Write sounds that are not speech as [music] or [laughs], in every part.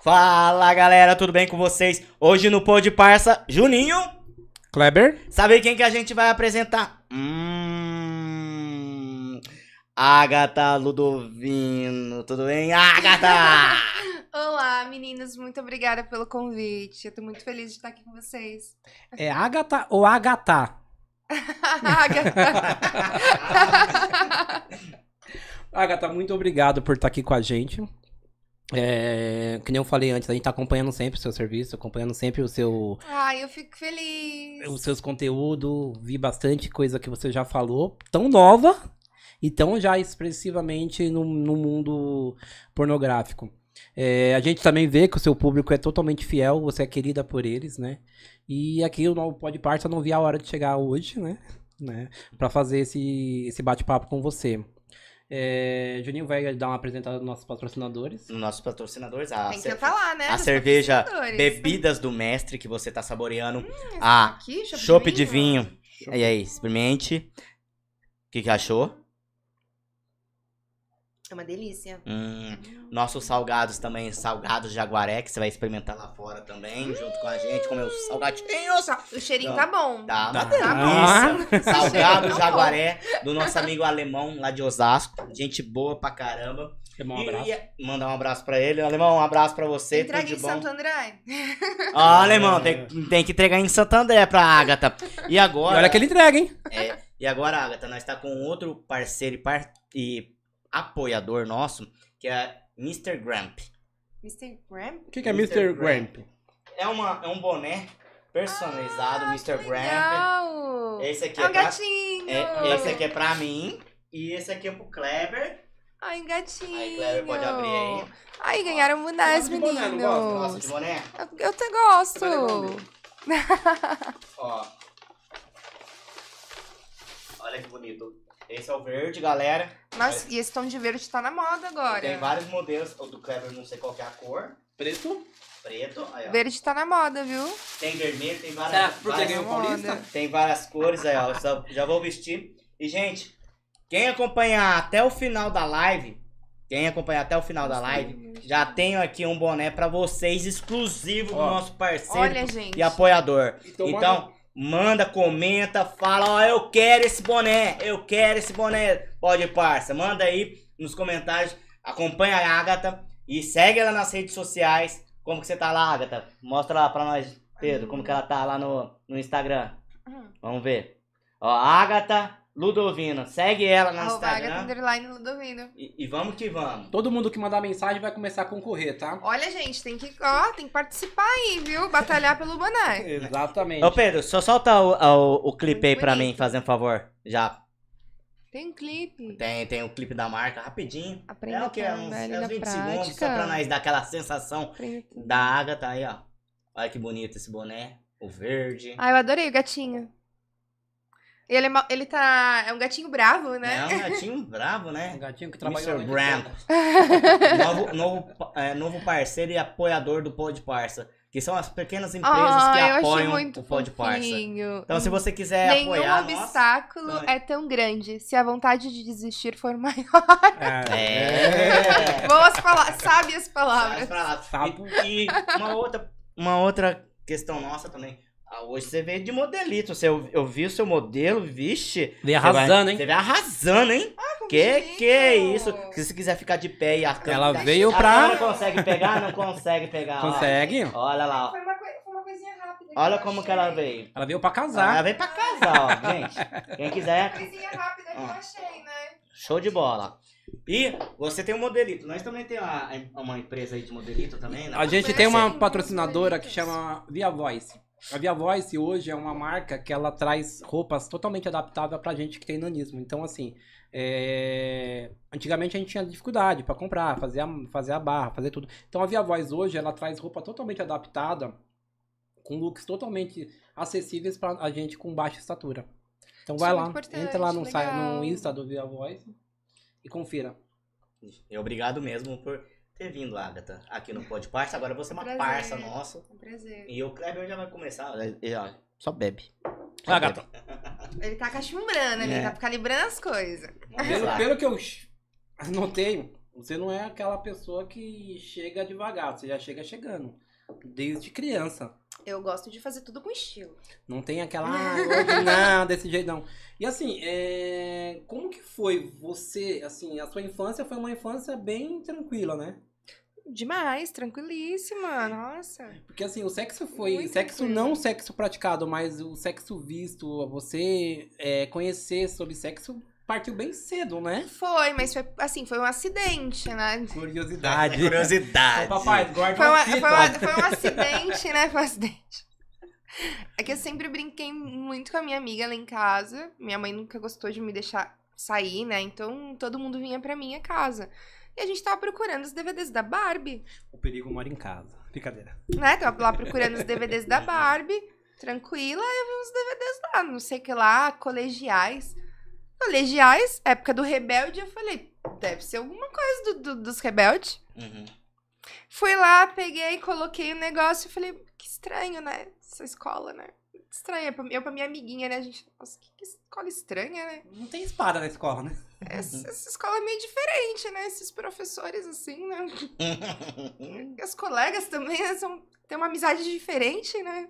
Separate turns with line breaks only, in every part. Fala galera, tudo bem com vocês? Hoje no Pod Parça, Juninho.
Kleber?
Sabe quem que a gente vai apresentar? Hum. Agatha Ludovino, tudo bem?
[laughs]
Agatha!
Olá, meninas, muito obrigada pelo convite. Eu tô muito feliz de estar aqui com
[laughs]
vocês.
É Agatha ou Agatha? Agatha, muito obrigado por estar aqui com a gente. É, que nem eu falei antes, a gente tá acompanhando sempre o seu serviço, acompanhando sempre o seu,
Ai, eu fico feliz.
os seus conteúdos, vi bastante coisa que você já falou, tão nova e tão já expressivamente no, no mundo pornográfico. É, a gente também vê que o seu público é totalmente fiel, você é querida por eles, né? E aqui no Pode Parte eu não vi a hora de chegar hoje, né? né? Pra fazer esse, esse bate-papo com você. É, Juninho vai dar uma apresentada dos nossos patrocinadores.
Nossos patrocinadores, a,
Tem
ce-
que falar, né?
a
dos
cerveja
patrocinadores. Tá
Bebidas do Mestre que você tá
Hum,
saboreando, a
Aqui, chope,
chopp de vinho. E aí, experimente. O que, que achou?
É uma delícia.
Hum, nossos salgados também, salgados Jaguaré, que você vai experimentar lá fora também, junto com a gente, comer os salgadinhos.
O cheirinho
Não.
tá bom.
Tá, uma
Tá [laughs]
delícia. Salgado Jaguaré, do nosso amigo alemão lá de Osasco. Gente boa pra caramba.
Dá um
E-
abraço.
e- mandar um abraço pra ele. Alemão, um abraço pra você,
Entrega
tudo
em
de bom.
Santo André.
Ah, alemão, tem, tem que entregar em Santo André pra Agatha. E
E
agora...
olha que ele entrega, hein?
É, e agora, Agatha, nós está com outro parceiro e, par- e apoiador nosso, que é Mr. Gramp.
Mr. Graham?
O que, que é Mr. Gramp?
É, uma, é um boné personalizado,
Ah,
Mr.
que
Gramp.
Legal.
Esse aqui
É
é,
um
pra,
gatinho.
é, esse aqui é pra mim. E esse aqui é pro Kleber.
Ai, um gatinho.
Aí, é- Kleber, pode abrir aí.
Ai, ganharam bonés,
Você gosta de boné, não gosta?
Nossa,
meninos.
que boné.
Eu, eu até
Você vai levar um
gosto.
Ó. Olha que bonito. Esse é o verde, galera.
Nossa, e esse tom de verde tá na moda agora.
Tem vários modelos. O do Kleber, não sei qual que é a cor.
Preto?
Preto. Aí, ó.
Verde tá na moda, viu?
Tem vermelho, tem várias,
Será que porque
várias-
ganhou o
moda.
Paulista?
tem várias cores aí, ó. Só- já vou vestir. E, gente, quem acompanhar até o final da live, quem acompanhar até o final da live, já tenho aqui um boné pra vocês exclusivo do
Ó.
nosso parceiro
Olha, gente.
e apoiador.
Então,
então, manda, comenta, fala, ó, eu quero esse boné, eu quero esse boné. Pode, parça, manda aí nos comentários, acompanha a Agatha e segue ela nas redes sociais. Como que você tá lá, Agatha? Mostra lá pra nós, Pedro, como que ela tá lá no, no Instagram.
Hum.
Vamos ver. Ó, Agatha Ludovino, segue ela no
Arroba Agatha
Instagram.
Underline Ludovino.
E, e vamos que vamos.
Todo mundo que mandar mensagem vai começar a concorrer, tá?
Olha, gente, tem que, ó, tem que participar aí, viu? Batalhar pelo boné.
Exatamente.
Ô Pedro, só solta o, o, o clipe aí pra
Bonito.
mim, fazendo favor. Já
Tem um clipe.
Tem, tem o clipe da marca, rapidinho.
Aprenda
é o que?
a
Uns,
andar ali
é uns
na
20
prática.
segundos, só pra nós dar aquela sensação
Aprenda tudo.
da Agatha aí, ó. Olha que bonito esse boné. O verde.
Ah, eu adorei o gatinho. E Ele é, ma- ele tá. É um gatinho bravo,
É
né? [laughs]
um gatinho bravo,
Um
né?
gatinho que trabalha
Mr.
na
Grant.
lavoura.
novo, novo, pa- é, novo parceiro e apoiador do Pod Parça. Que são as pequenas empresas
Ah,
que
eu achei
apoiam
muito
o Pod Parça.
fofinho.
Então, se você quiser
Nenhum
apoiar. nossa-
obstáculo
Não,
é tão grande se a vontade de desistir for [laughs] maior.
[laughs]
[laughs]
É.
Boas palavras, sábias
Sai
palavras.
pra lá.
Sapo.
E, e uma, outra, uma outra questão nossa também. Ah, hoje você veio de modelito. Você, eu, eu vi o seu modelo, vixe.
Vem
Você vai-
arrasando,
Você
hein?
veio arrasando, hein? que que é isso? Se você quiser ficar de pé e a câmera...
Ela veio
a
pra.
câmera consegue pegar? Não consegue pegar. ó.
Consegue?
Olha lá, ó.
Foi uma, coi- foi uma coisinha rápida. que
Olha
eu
como
achei.
que ela veio.
Ela veio pra
Ela
casar.
veio pra casar, ó, gente. Quem quiser,
Coisinha rápida que eu
Ah.
achei, né?
show de bola. E você tem um modelito. Nós também temos uma, uma empresa aí de modelito também, né?
A gente tem
Sim,
uma
sim.
patrocinadora
é
que chama Via Voice. A Via Voice hoje é uma marca que ela traz roupas totalmente adaptáveis pra gente que tem nanismo. Então, assim, é, antigamente a gente tinha dificuldade pra comprar, fazer a, fazer a barra, fazer tudo. Então, a Via Voice hoje ela traz roupa totalmente adaptada, com looks totalmente acessíveis pra a gente com baixa estatura. Então,
Isso
vai
é
lá,
muito importante,
entra lá no, site-
legal.
no Insta do Via Voice e confira.
E obrigado mesmo por ter vindo, Agatha, aqui no Pod Parça. Agora você é uma
Prazer.
parça nossa.
Um prazer.
E o Kleber já vai começar. né? E, ó, Só bebe. Só
Vai, gata.
Ele tá cachumbrando ali,
É.
tá calibrando as coisas.
bebe. Vamos
[laughs] Pelo,
lá.
pelo que eu notei, Você não é aquela pessoa que chega devagar, você já chega chegando. Desde criança.
Eu gosto de fazer tudo com estilo.
Não tem aquela, ah,
[laughs]
hoje não, desse jeito não. E assim, é, como que foi você, assim, a sua infância foi uma infância bem tranquila, né?
Demais, tranquilíssima, nossa.
Porque assim, o sexo foi,
Muito
sexo
tranquila.
não sexo praticado, mas o sexo visto, você é, conhecer sobre sexo partiu bem cedo, né?
Foi, mas foi assim, foi um acidente, né?
[laughs] Curiosidade. Ô,
Curiosidade.
papai, guarda
Foi, uma-
uma fita.
foi uma- foi um acidente, né? Foi um acidente. É que eu sempre brinquei muito com a minha amiga lá em casa. Minha mãe nunca gostou de me deixar sair, né? Então todo mundo vinha pra minha casa. E a gente tava procurando os DVDs da Barbie,
O perigo mora em casa. Brincadeira.
né? Tava lá procurando os DVDs da Barbie, tranquila. Eu vi uns DVDs lá, não sei o que lá, colegiais. Colegiais, época do Rebelde, eu falei, deve ser alguma coisa do- do- dos Rebelde.
Uhum.
Fui lá, peguei, coloquei o negócio e falei, que estranho, né? Essa escola, né? Estranha. Pra- Eu pra minha amiguinha, né? A gente, nossa, que, que escola estranha,
[laughs]
né?
Não tem espada na escola, né?
Essa, essa escola é meio diferente, né? Esses professores, assim, né? E as colegas também, né? São, têm uma amizade diferente, né?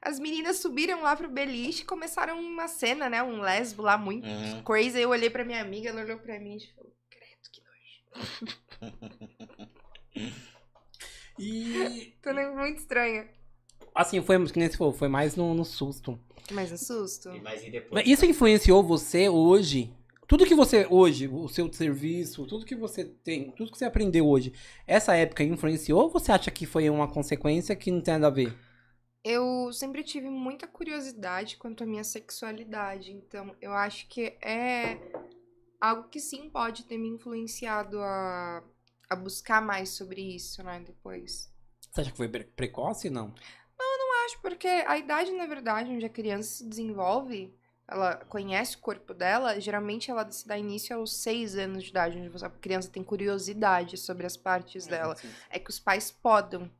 As meninas subiram lá pro beliche e começaram uma cena, né? Um lesbo lá muito
Uhum.
crazy. Eu olhei pra minha amiga, ela olhou pra mim e falou, credo, que nojo.
E
Tô né, muito estranha.
assim, foi, que nem se for, foi mais no- no susto.
Mas um susto.
Mas e depois?
Mas Isso influenciou você hoje? Tudo que você hoje, o seu serviço, tudo que você tem, tudo que você aprendeu hoje, essa época influenciou ou você acha que foi uma consequência que não tem nada a ver?
Eu sempre tive muita curiosidade quanto à minha sexualidade, então eu acho que é algo que sim pode ter me influenciado a, a buscar mais sobre isso, né, depois.
Você acha que foi pre- precoce? Não.
Eu acho porque a idade, na verdade, onde a criança se desenvolve, ela conhece o corpo dela, geralmente ela se dá início aos seis anos de idade, onde a criança tem curiosidade sobre as partes
Uhum.
dela. É que os pais podam,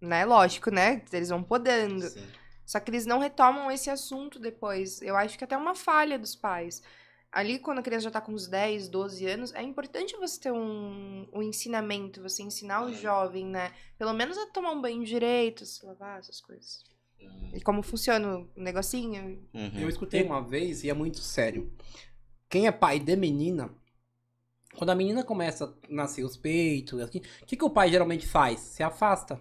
né? Lógico, né? Eles vão podando.
Sim.
Só que eles não retomam esse assunto depois. Eu acho que até é uma falha dos pais. Ali, quando a criança já tá com uns 10, 12 anos, é importante você ter um, um ensinamento, você ensinar o
É.
jovem, né? Pelo menos a tomar um banho direito, se lavar, essas coisas. E como funciona o negocinho.
Uhum.
Eu escutei uma vez e é muito sério. Quem é pai de menina, quando a menina começa a nascer os peitos, assim, o que, que o pai geralmente faz? Se afasta.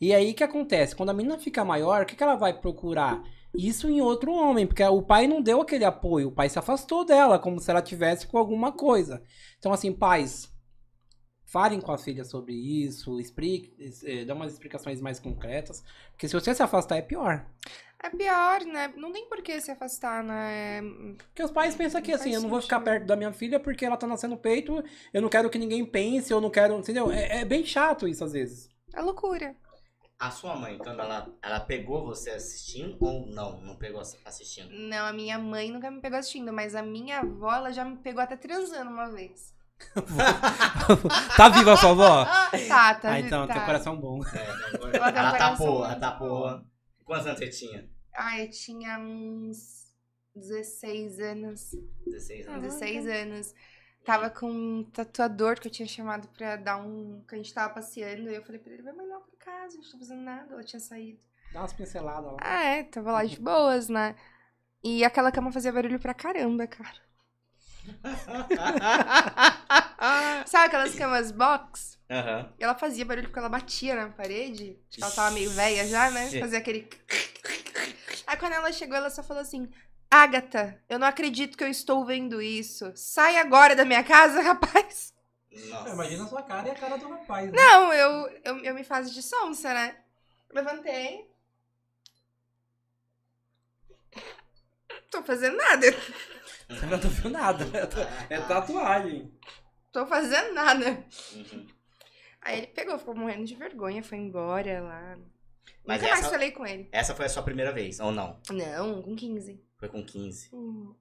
E aí o que acontece? Quando a menina fica maior, o que, que ela vai procurar? Isso em outro homem, porque o pai não deu aquele apoio, o pai se afastou dela, como se ela tivesse com alguma coisa. Então, assim, pais, falem com a filha sobre isso, explique, eh, dê umas explicações mais concretas, porque se você se afastar é pior.
É pior, né? Não tem por que se afastar, né?
Porque os pais pensam que
Não
assim,
faz
eu não vou ficar
sentido.
perto da minha filha porque ela tá nascendo peito, eu não quero que ninguém pense, eu não quero, entendeu? É, é bem chato isso às vezes.
É loucura.
A sua mãe, então, ela, ela pegou você assistindo ou não? Não pegou ass- [laughs] assistindo?
Não, a minha mãe nunca me pegou assistindo, mas a minha avó, ela já me pegou até transando uma
[laughs]
vez.
Tá viva a sua avó?
Ah, tá, tá.
ah, então,
tá.
teu coração bom.
ela
tem um
tá
coração
boa,
muito
tá
bom.
boa. Quantos anos você tinha?
Ah, eu tinha uns 16 anos.
16 anos.
16 anos. Tava com um tatuador que eu tinha chamado pra dar um. que a gente tava passeando. E eu falei pra ele: vai mais lá pra casa, a gente não tá fazendo nada. Ela tinha saído.
Dá umas pinceladas lá.
Ah, é, tava lá de boas, né? E aquela cama fazia barulho pra caramba, cara.
[laughs]
Ah. Sabe aquelas camas box?
Aham.
E ela fazia barulho porque ela batia na parede. Acho que ela tava meio velha já, né?
Ixi.
Fazia aquele. [laughs] Aí quando ela chegou, ela só falou assim: Agatha, eu não acredito que eu estou vendo isso. Sai agora da minha casa, [laughs] rapaz.
Nossa.
a sua cara e a cara do rapaz. Né?
Não, eu, eu, eu me faço de sonsa, né? Levantei. Tô fazendo nada.
Eu não tô vendo nada. É
Ah, tá.
tatuagem.
Tô fazendo nada.
Uhum.
Aí ele pegou, ficou morrendo de vergonha, foi embora lá.
Mas
Nunca mais
essa-
falei com ele.
Essa foi a sua primeira vez, ou não?
Não, com 15.
Foi com 15.
Hum.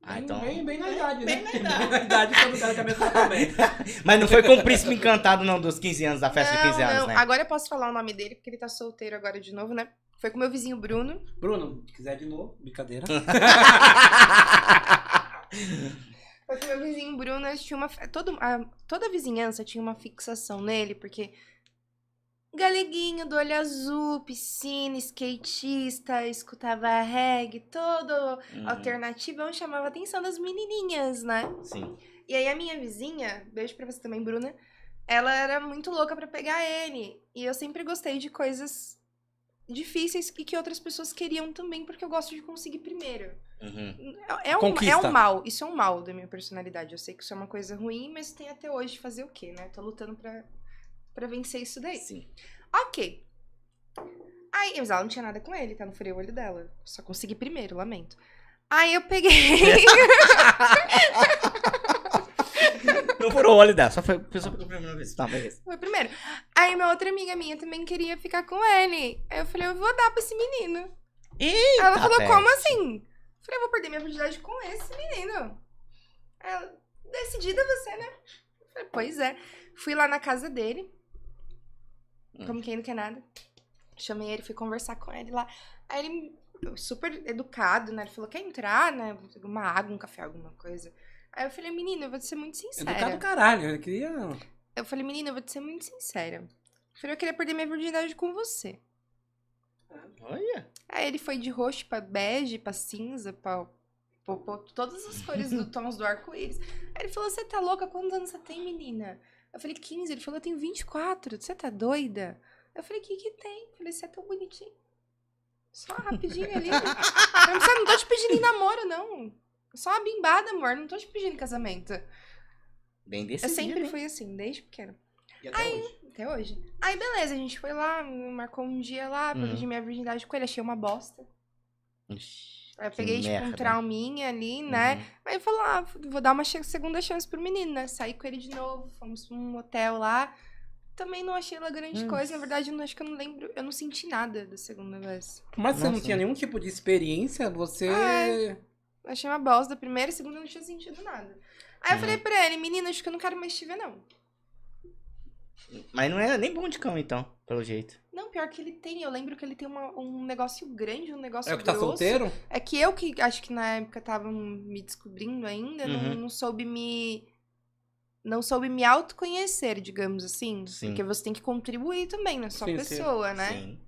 Ah, então.
bem na idade, né?
Bem na idade.
Bem na idade quando o cara quer me tratar [laughs] bem.
Mas não foi com o príncipe encantado, não, dos 15 anos, da festa de 15 anos, [laughs] né?
Agora eu posso falar o nome dele, porque ele tá solteiro agora de novo, né? Foi com meu vizinho Bruno.
É Bruno, se quiser de novo, brincadeira.
Porque meu vizinho Bruno eles tinham uma. Todo, a, toda a vizinhança tinha uma fixação nele, porque. Galeguinho do olho azul, piscina, skatista, escutava reggae, todo
Uhum,
alternativão chamava a atenção das menininhas, né?
Sim.
E aí a minha vizinha, beijo pra você também, Bruna, ela era muito louca pra pegar ele. E eu sempre gostei de coisas difíceis e que outras pessoas queriam também, porque eu gosto de conseguir primeiro.
Uhum.
É, é um, é
Conquista.
um mal, isso é um mal da minha personalidade. Eu sei que isso é uma coisa ruim, mas tem até hoje fazer o quê, né? Tô lutando pra, pra vencer isso daí.
Sim.
Ok. Aí, mas ela não tinha nada com ele, tá? Não furei o olho dela. Só consegui primeiro, lamento. Aí eu peguei.
Não furou o olho dela, só foi a pessoa que eu primeira vez. Tá, beleza.
Foi o primeiro. Aí minha outra amiga minha também queria ficar com ele. Aí eu falei, eu vou dar pra esse menino.
Eita,
Ela falou,
peste.
como assim? Eu falei, eu vou perder minha virgindade com esse menino. Ela, decidida você, né? Eu falei, pois é. Fui lá na casa dele.
Hum.
Como quem não quer nada. Chamei ele, fui conversar com ele lá. Aí ele, super educado, né? Ele falou, quer entrar, né? Uma água, um café, alguma coisa. Aí eu falei, menino, eu vou te ser muito sincera.
Educado caralho, eu queria...
Eu falei, menina, eu vou te ser muito sincera. Eu falei, eu queria perder minha virgindade com você.
Olha.
Aí ele foi de roxo pra bege, pra cinza, pra, pra- pra todas as cores do tons do arco-íris. Aí ele falou, você tá louca? Quantos anos você tem, menina? Eu falei, 15. Ele falou, eu tenho 24. Você tá doida? Eu falei, o que que tem? Eu falei, você é tão bonitinho. Só rapidinho ali. Eu não, precisa- não tô te pedindo em namoro, não. Só uma bimbada, amor. Não tô te pedindo em casamento.
Bem desse
Eu sempre fui assim, desde pequena.
E até hoje.
Até hoje. Aí, beleza, a gente foi lá, marcou um dia lá, pra
Uhum.
pedir minha virgindade com ele, achei uma bosta.
Ixi,
Aí eu
que
peguei, tipo, um
merda.
trauminha ali, né?
Uhum.
Aí eu falei, ah, vou dar uma ch- segunda chance pro menino, né? Saí com ele de novo, fomos pra um hotel lá. Também não achei lá grande
Hum.
coisa, na verdade, eu não, acho que eu não lembro, eu não senti nada da segunda vez.
Por mais que você não
Nossa.
tinha nenhum tipo de experiência, você...
É. Achei uma bosta, da primeira e segunda eu não tinha sentido nada. Aí eu
Uhum.
falei pra ele, menino, acho que eu não quero mais te ver, não.
Mas não era nem bom de cama, então, pelo jeito.
Não, pior que ele tem, eu lembro que ele tem uma- um negócio grande, um negócio
É o que tá
grosso.
solteiro?
É que eu que acho que na época tava me descobrindo ainda, não,
Uhum.
não soube me. Não soube me autoconhecer, digamos assim.
Sim.
Porque você tem que contribuir também, não é só
Sim, sim.
Ah,
pessoa, né?
Sim.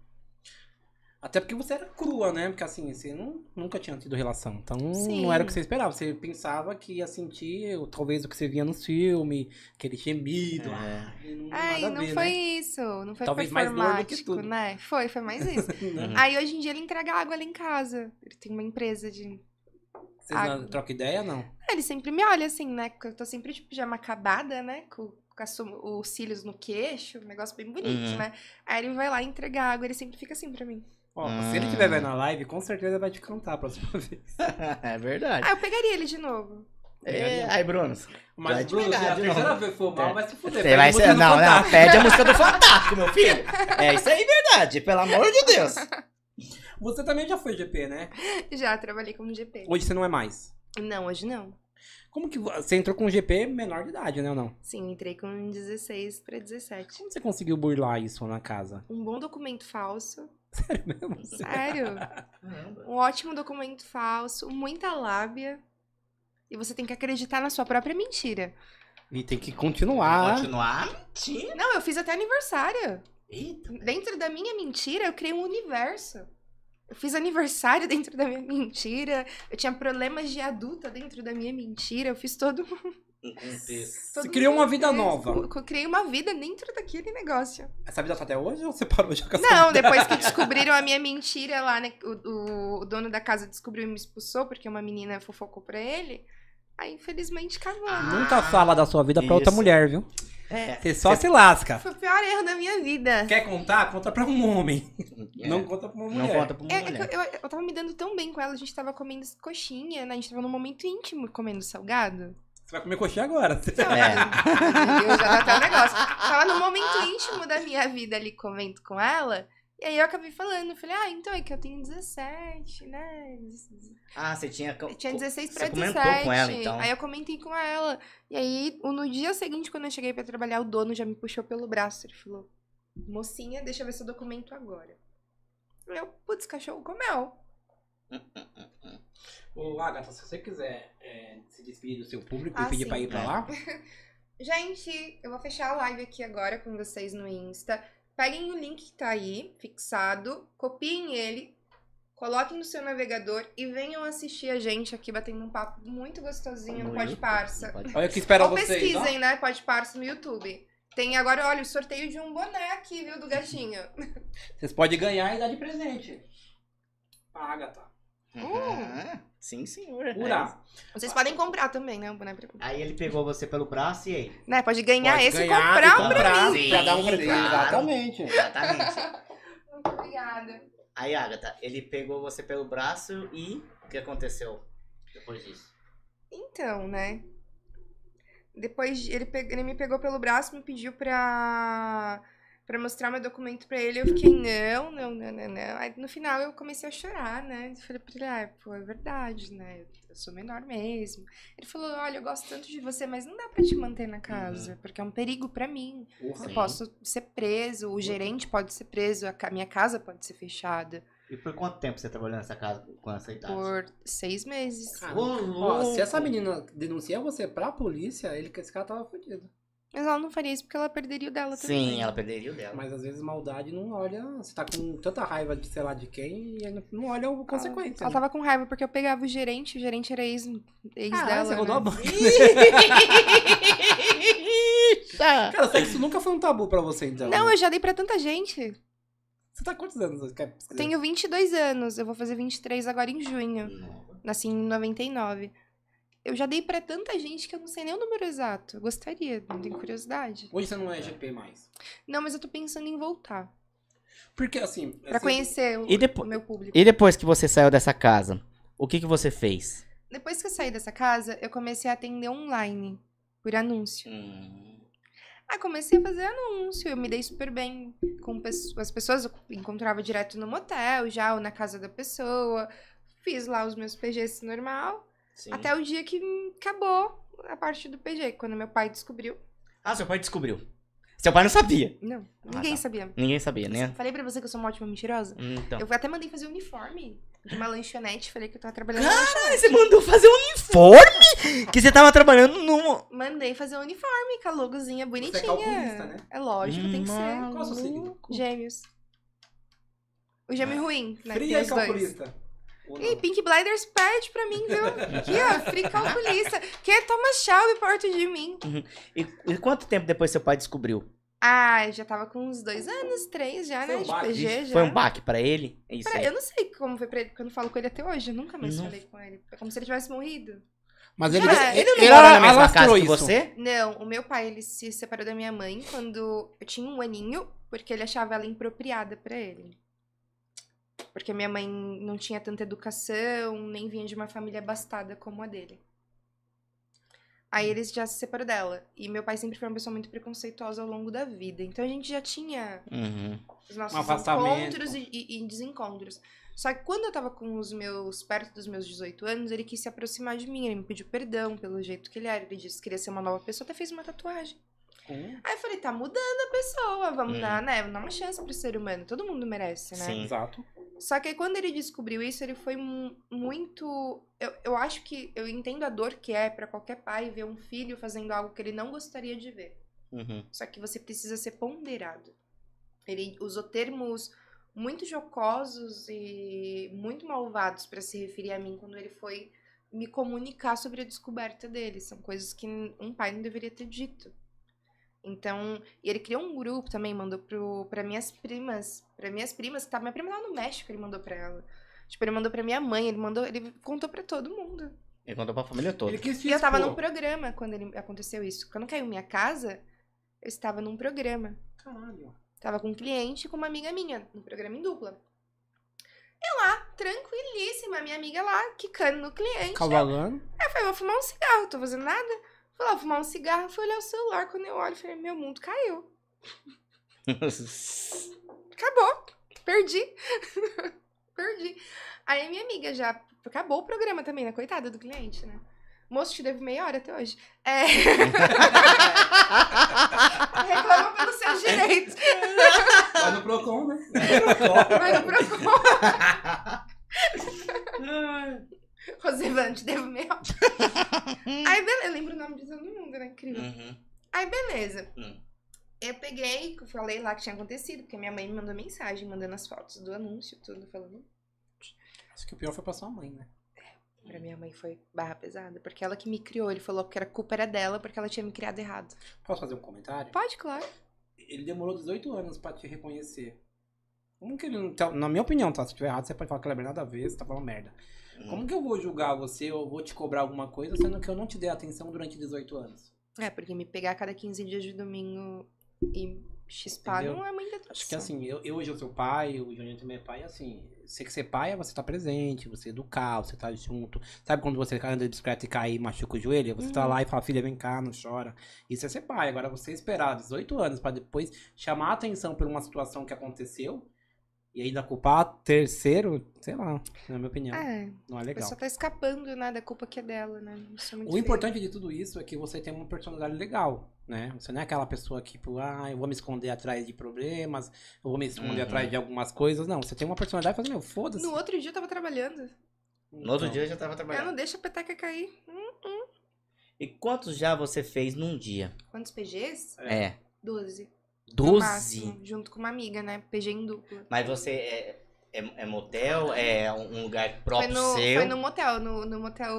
Até porque você era crua, né? Porque assim, você não, nunca tinha tido relação. Então
Sim.
não era o que você esperava. Você pensava que ia sentir o- talvez o que você via nos filmes, aquele gemido.
É.
ah, não,
Ai,
nada a
não
ver,
foi
né?
isso. Não foi
Talvez mais dor do que
performático,
tudo.
né? Foi, foi
[laughs]
mais isso.
Uhum.
Aí hoje em dia ele entrega água lá em casa. Ele tem uma empresa de.
Vocês
Ah.
não trocam ideia, não?
Ah, Ele sempre me olha assim, né? Porque eu tô sempre de pijama acabada, né? Com, com as som- os cílios no queixo, um negócio bem bonito,
Uhum.
né? Aí ele vai lá entregar água, ele sempre fica assim pra mim.
Ó,
Ah.
se ele estiver vendo a live, com certeza vai te cantar a próxima [laughs] vez.
[laughs] é verdade.
Ah, eu pegaria ele de novo.
É, aí, Bruno. Vai
Mas,
te
Bruno, se
pegar
a
de
terceira
novo.
vez for mal,
É.
vai se fuder.
Você vai
pega a
ser.
música do
Não,
Fantástico.
não, perde a música do Fantástico, meu filho. É isso aí, verdade. Pelo amor de Deus.
Você também já foi GP, né?
Já trabalhei como GP.
Hoje você não é mais.
Não, hoje não.
Como que vo- você entrou com GP menor de idade, né ou não?
Sim, entrei com 16 pra 17.
Como você conseguiu burlar isso na casa?
Um bom documento falso.
Sério mesmo? Você-
Sério. Um ótimo documento falso, muita lábia. E você tem que acreditar na sua própria mentira.
E tem que
Ah.
continuar.
Continuar mentindo.
Não, eu fiz até aniversário.
Eita.
Dentro da minha mentira, eu criei um universo. Eu fiz aniversário [laughs] dentro da minha mentira. Eu tinha problemas de adulta dentro da minha mentira. Eu fiz todo
Um contexto.
Você
Todo
criou
mundo
uma vida
fez.
nova.
Eu criei uma vida dentro daquele negócio.
Essa vida tá até hoje ou você parou já com essa
Não,
vida?
depois que descobriram a minha mentira lá, né? O, o- o dono da casa descobriu e me expulsou porque uma menina fofocou pra ele. Aí, infelizmente, acabou.
Ah.
Nunca fala da sua vida pra outra
Isso.
mulher, viu?
É.
Você só se lasca.
Foi o pior erro da minha vida.
Quer contar? Conta pra um homem.
É.
Não conta pra uma mulher.
Não conta pra
É, é
uma
que
mulher.
eu, eu tava me dando tão bem com ela, a gente tava comendo coxinha, né? A gente tava num momento íntimo comendo salgado. Então,
Você vai comer coxinha agora.
É.
Eu já tá até o negócio. Tava num momento íntimo da minha vida ali comendo com ela. E aí eu acabei falando, falei, ah, então é que eu tenho 17, né?
Ah, você tinha. co-
Eu tinha 16
Você
pra
comentou
17.
com ela, então.
Aí eu comentei com ela. E aí, o- no dia seguinte, quando eu cheguei pra trabalhar, o dono já me puxou pelo braço. Ele falou: é?" Mocinha, deixa eu ver seu documento agora. Eu, putz, cachorro comeu.
Ô, Agatha, se você quiser é, se despedir do seu público
Ah,
e pedir
sim.
pra ir pra lá,
Gente, eu vou fechar a live aqui agora com vocês no Insta. Peguem o link que tá aí, fixado, copiem ele, coloquem no seu navegador e venham assistir a gente aqui batendo um papo muito gostosinho no Pode Parça.
Pode-
olha o que espera
Ou
vocês.
pesquisem, né? Pode Parça no YouTube. Tem agora, olha, o sorteio de um boné aqui, viu, do gatinho.
ó. Vocês podem ganhar e dar de presente. Pra Agatha.
Hum.
Sim, É senhor.
Ura.
Vocês podem comprar também, né? O boné pra comprar.
Aí ele pegou você pelo braço e aí?
Né? Pode ganhar
Pode
esse
ganhar
e comprar
e
um pra
comprar
mim.
Pra dar um presente.
Sim, claro.
Exatamente.
Exatamente.
Muito obrigada.
Aí, Agatha, ele pegou você pelo braço e o que aconteceu?
Depois disso.
Então, né? Depois de- ele, pe- ele me pegou pelo braço, me pediu pra, pra mostrar meu documento pra ele. Eu fiquei, não, não, não, não, não. Aí no final eu comecei a chorar, né? Eu falei pra ele, ah, pô, é verdade, né? Eu sou menor mesmo. Ele falou, olha, eu gosto tanto de você, mas não dá pra te manter na casa, porque é um perigo pra mim.
Porra.
Sim.
Eu posso ser preso, o gerente pode ser preso, a ca- minha casa pode ser fechada
E por quanto tempo você trabalhou nessa casa com essa idade?
por seis meses.
Caramba. Ó, se essa menina denunciar você pra polícia, ele, esse cara tava fudido.
Mas ela não faria isso porque ela perderia o dela também.
Sim, ela perderia o dela.
Mas às vezes maldade não olha. Você tá com tanta raiva de sei lá de quem e não- não olha o consequência.
Ela tá
né?
tava com raiva porque eu pegava o gerente, o gerente era ex, ex
Caralho,
dela.
Ah, você
né?
rodou a banca. [laughs] Cara, sexo nunca foi um tabu pra você, então.
É. Não,
né?
eu já dei pra tanta gente.
Você tá quantos anos? Quer
Eu tenho 22 anos, eu vou fazer 23 agora em junho.
Nova.
Nasci em 99. Eu já dei pra tanta gente que eu não sei nem o número exato. Eu gostaria, não tenho curiosidade.
Hoje você não é GP mais.
Não, mas eu tô pensando em voltar.
Porque assim.
Pra
assim,
conhecer o,
E
o
depois,
meu público.
e depois que você saiu dessa casa, o que, que você fez?
Depois que eu saí dessa casa, eu comecei a atender online, por anúncio. Aí comecei a fazer anúncio, eu me dei super bem com pesso- as pessoas, eu encontrava direto no motel já, ou na casa da pessoa, fiz lá os meus PGs normal,
Sim.
até o dia que hum, acabou a parte do PG, quando meu pai descobriu.
Ah, seu pai descobriu. Seu pai não sabia.
Não,
Ah,
ninguém
tá.
sabia.
Ninguém sabia, né?
Falei pra você que eu sou uma ótima mentirosa?
Então.
Eu até mandei fazer um uniforme de uma lanchonete, falei que eu tava trabalhando na
Cara!
lanchonete.
Você mandou fazer um uniforme? Que você tava trabalhando num.
Mandei fazer um uniforme com a logozinha
é
bonitinha.
é calculista, né?
É lógico, tem que ser.
Maluco.
Qual é o seu signo? Tá.
Gêmeos. O gêmeo ruim, né? que
Fria
tem
e
os dois.
calculista. Ou não?
Ih, Pink Blinders perde pra mim, viu? Aqui, ó, free calculista. Quem toma chave perto de mim?
E, e quanto tempo depois seu pai descobriu?
Ah, eu já tava com uns dois anos, três já,
Foi
né?
um
De
baque,
PG
Isso
já.
Foi um baque pra ele? É Isso
Cara,
aí.
eu não sei como foi pra ele, porque eu não falo com ele até hoje. Eu nunca mais
Não.
falei com ele. É como se ele tivesse morrido.
Mas
ele- Já é.
Ele não mora na mesma casa que
isso.
você?
Não, o meu pai, ele se separou da minha mãe quando eu tinha um aninho, porque ele achava ela impropriada pra ele. Porque minha mãe não tinha tanta educação, nem vinha de uma família abastada como a dele. Aí eles já se separou dela. E meu pai sempre foi uma pessoa muito preconceituosa ao longo da vida. Então a gente já tinha
Uhum.
os nossos
afastamento.
encontros e, e- e desencontros. Só que quando eu tava com os meus, perto dos meus 18 anos, ele quis se aproximar de mim, ele me pediu perdão pelo jeito que ele era, ele disse que queria ser uma nova pessoa, até fez uma tatuagem.
Hum,
Aí eu falei, tá mudando a pessoa, vamos
Hum.
dar, né, dar uma chance pro ser humano, todo mundo merece, né?
Sim.
Exato.
Só que aí quando ele descobriu isso, ele foi mu- muito. Eu, eu acho que eu entendo a dor que é pra qualquer pai ver um filho fazendo algo que ele não gostaria de ver.
Uhum.
Só que você precisa ser ponderado. Ele usou termos muito jocosos e muito malvados para se referir a mim quando ele foi me comunicar sobre a descoberta dele. São coisas que um pai não deveria ter dito. Então, e ele criou um grupo também, mandou pro, pra minhas primas, para minhas primas, que tava, minha prima lá no México, ele mandou pra ela. Tipo, ele mandou pra minha mãe, ele mandou, ele contou pra todo mundo.
Ele contou pra família toda.
Ele
[laughs]
quis te
E eu tava num
expor.
programa quando ele- aconteceu isso. Quando caiu minha casa, eu estava num programa.
Caralho.
Tava com um cliente e com uma amiga minha, no programa em dupla. E lá, tranquilíssima, minha amiga lá, quicando no cliente.
Cavalando.
Aí eu falei, vou fumar um cigarro, tô fazendo nada. Fui lá fumar um cigarro, fui olhar o celular. Quando eu olho, falei, meu mundo caiu. Acabou. Perdi. [laughs] Perdi. Aí minha amiga já acabou o programa também, né? Coitada do cliente, né? Moço, te devo meia hora até hoje. É. [laughs] Reclama pelos seus direitos.
Mas no Procon, né? [laughs]
Vai no Procon.
[laughs] Hum.
Uhum.
Aí, beleza.
Hum.
Eu peguei, que eu falei lá que tinha acontecido, porque minha mãe me mandou mensagem, mandando as fotos do anúncio, tudo, falando.
Acho que o pior foi pra sua mãe, né?
Pra minha mãe foi barra pesada, porque ela que me criou. Ele falou que a culpa era dela, porque ela tinha me criado errado.
Posso fazer um comentário?
Pode, claro.
Ele demorou 18 anos pra te reconhecer. Como que ele não. tá- na minha opinião, tá? Se tiver errado, você pode falar que ele é nada a ver, você tá falando merda. Como que eu vou julgar você ou vou te cobrar alguma coisa, sendo que eu não te dei atenção durante 18 anos?
É, porque me pegar a cada 15 dias de domingo e chispar
Entendeu?
não é muita atenção.
Acho que assim, eu, eu hoje eu sou pai, o Juninho também é pai, e assim, ser que ser pai é você tá presente, você educar, você tá junto. Sabe quando você anda de bicicleta e cai e machuca o joelho? Você tá
Uhum.
lá e fala, filha, vem cá, não chora. Isso é ser pai. Agora você esperar 18 anos pra depois chamar a atenção por uma situação que aconteceu e ainda culpar terceiro, sei lá, na minha opinião,
É,
não é
a
legal.
pessoa tá escapando, né, da culpa que é dela, né? Isso é muito
O
feio.
importante de tudo isso é que você tem uma personalidade legal, né? Você não é aquela pessoa que, tipo, ah, eu vou me esconder atrás de problemas, eu vou me esconder
Uhum.
atrás de algumas coisas. Não, você tem uma personalidade fazendo, meu, foda-se.
No outro dia eu tava trabalhando.
No outro
Então,
dia eu já tava
Eu não
trabalhando.
deixo a peteca cair. Hum,
E quantos já você fez num dia?
Quantos PGs?
É.
12. no
12?
máximo, junto com uma amiga, né? PG em dupla.
Mas você é, é, é motel? É um lugar
Foi
próprio
no,
seu?
foi no motel, no, no motel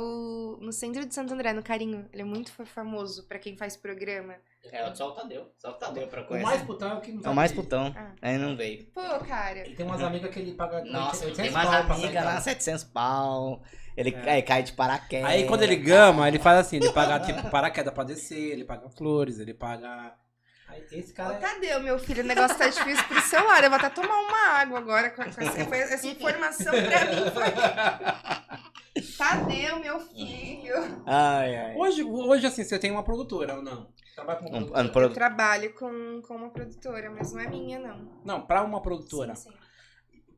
no centro de Santo André, no Carinho. Ele é muito fa- famoso pra quem faz programa.
É, o Sol Tadeu. Sol Tadeu pra
O
conhecer.
mais putão é o que não
É o mais
sabe.
putão.
Ah.
Aí não veio.
Pô, cara.
E tem umas amigas que ele paga.
Nossa,
800
tem mais
pau pra sair
amiga lá,
dela.
700 pau. Ele
É.
cai, cai de paraquedas.
Aí quando ele gama, ele faz assim, ele paga, tipo, paraquedas pra descer, ele paga flores, ele paga. Aí esse
Ô,
cara. é-
Tadeu, meu filho, o negócio tá difícil pro seu lado. Eu vou até tomar uma água agora com, com essa, com essa informação pra mim. Foi...
[laughs]
Tadeu, meu filho.
Ai, ai.
Hoje, hoje, assim, você tem uma produtora ou não? Trabalha com uma
Um,
produtora.
um
Eu
pro-
trabalho com, com uma produtora, mas não é minha, não.
Não, pra uma produtora.
Sim, sim.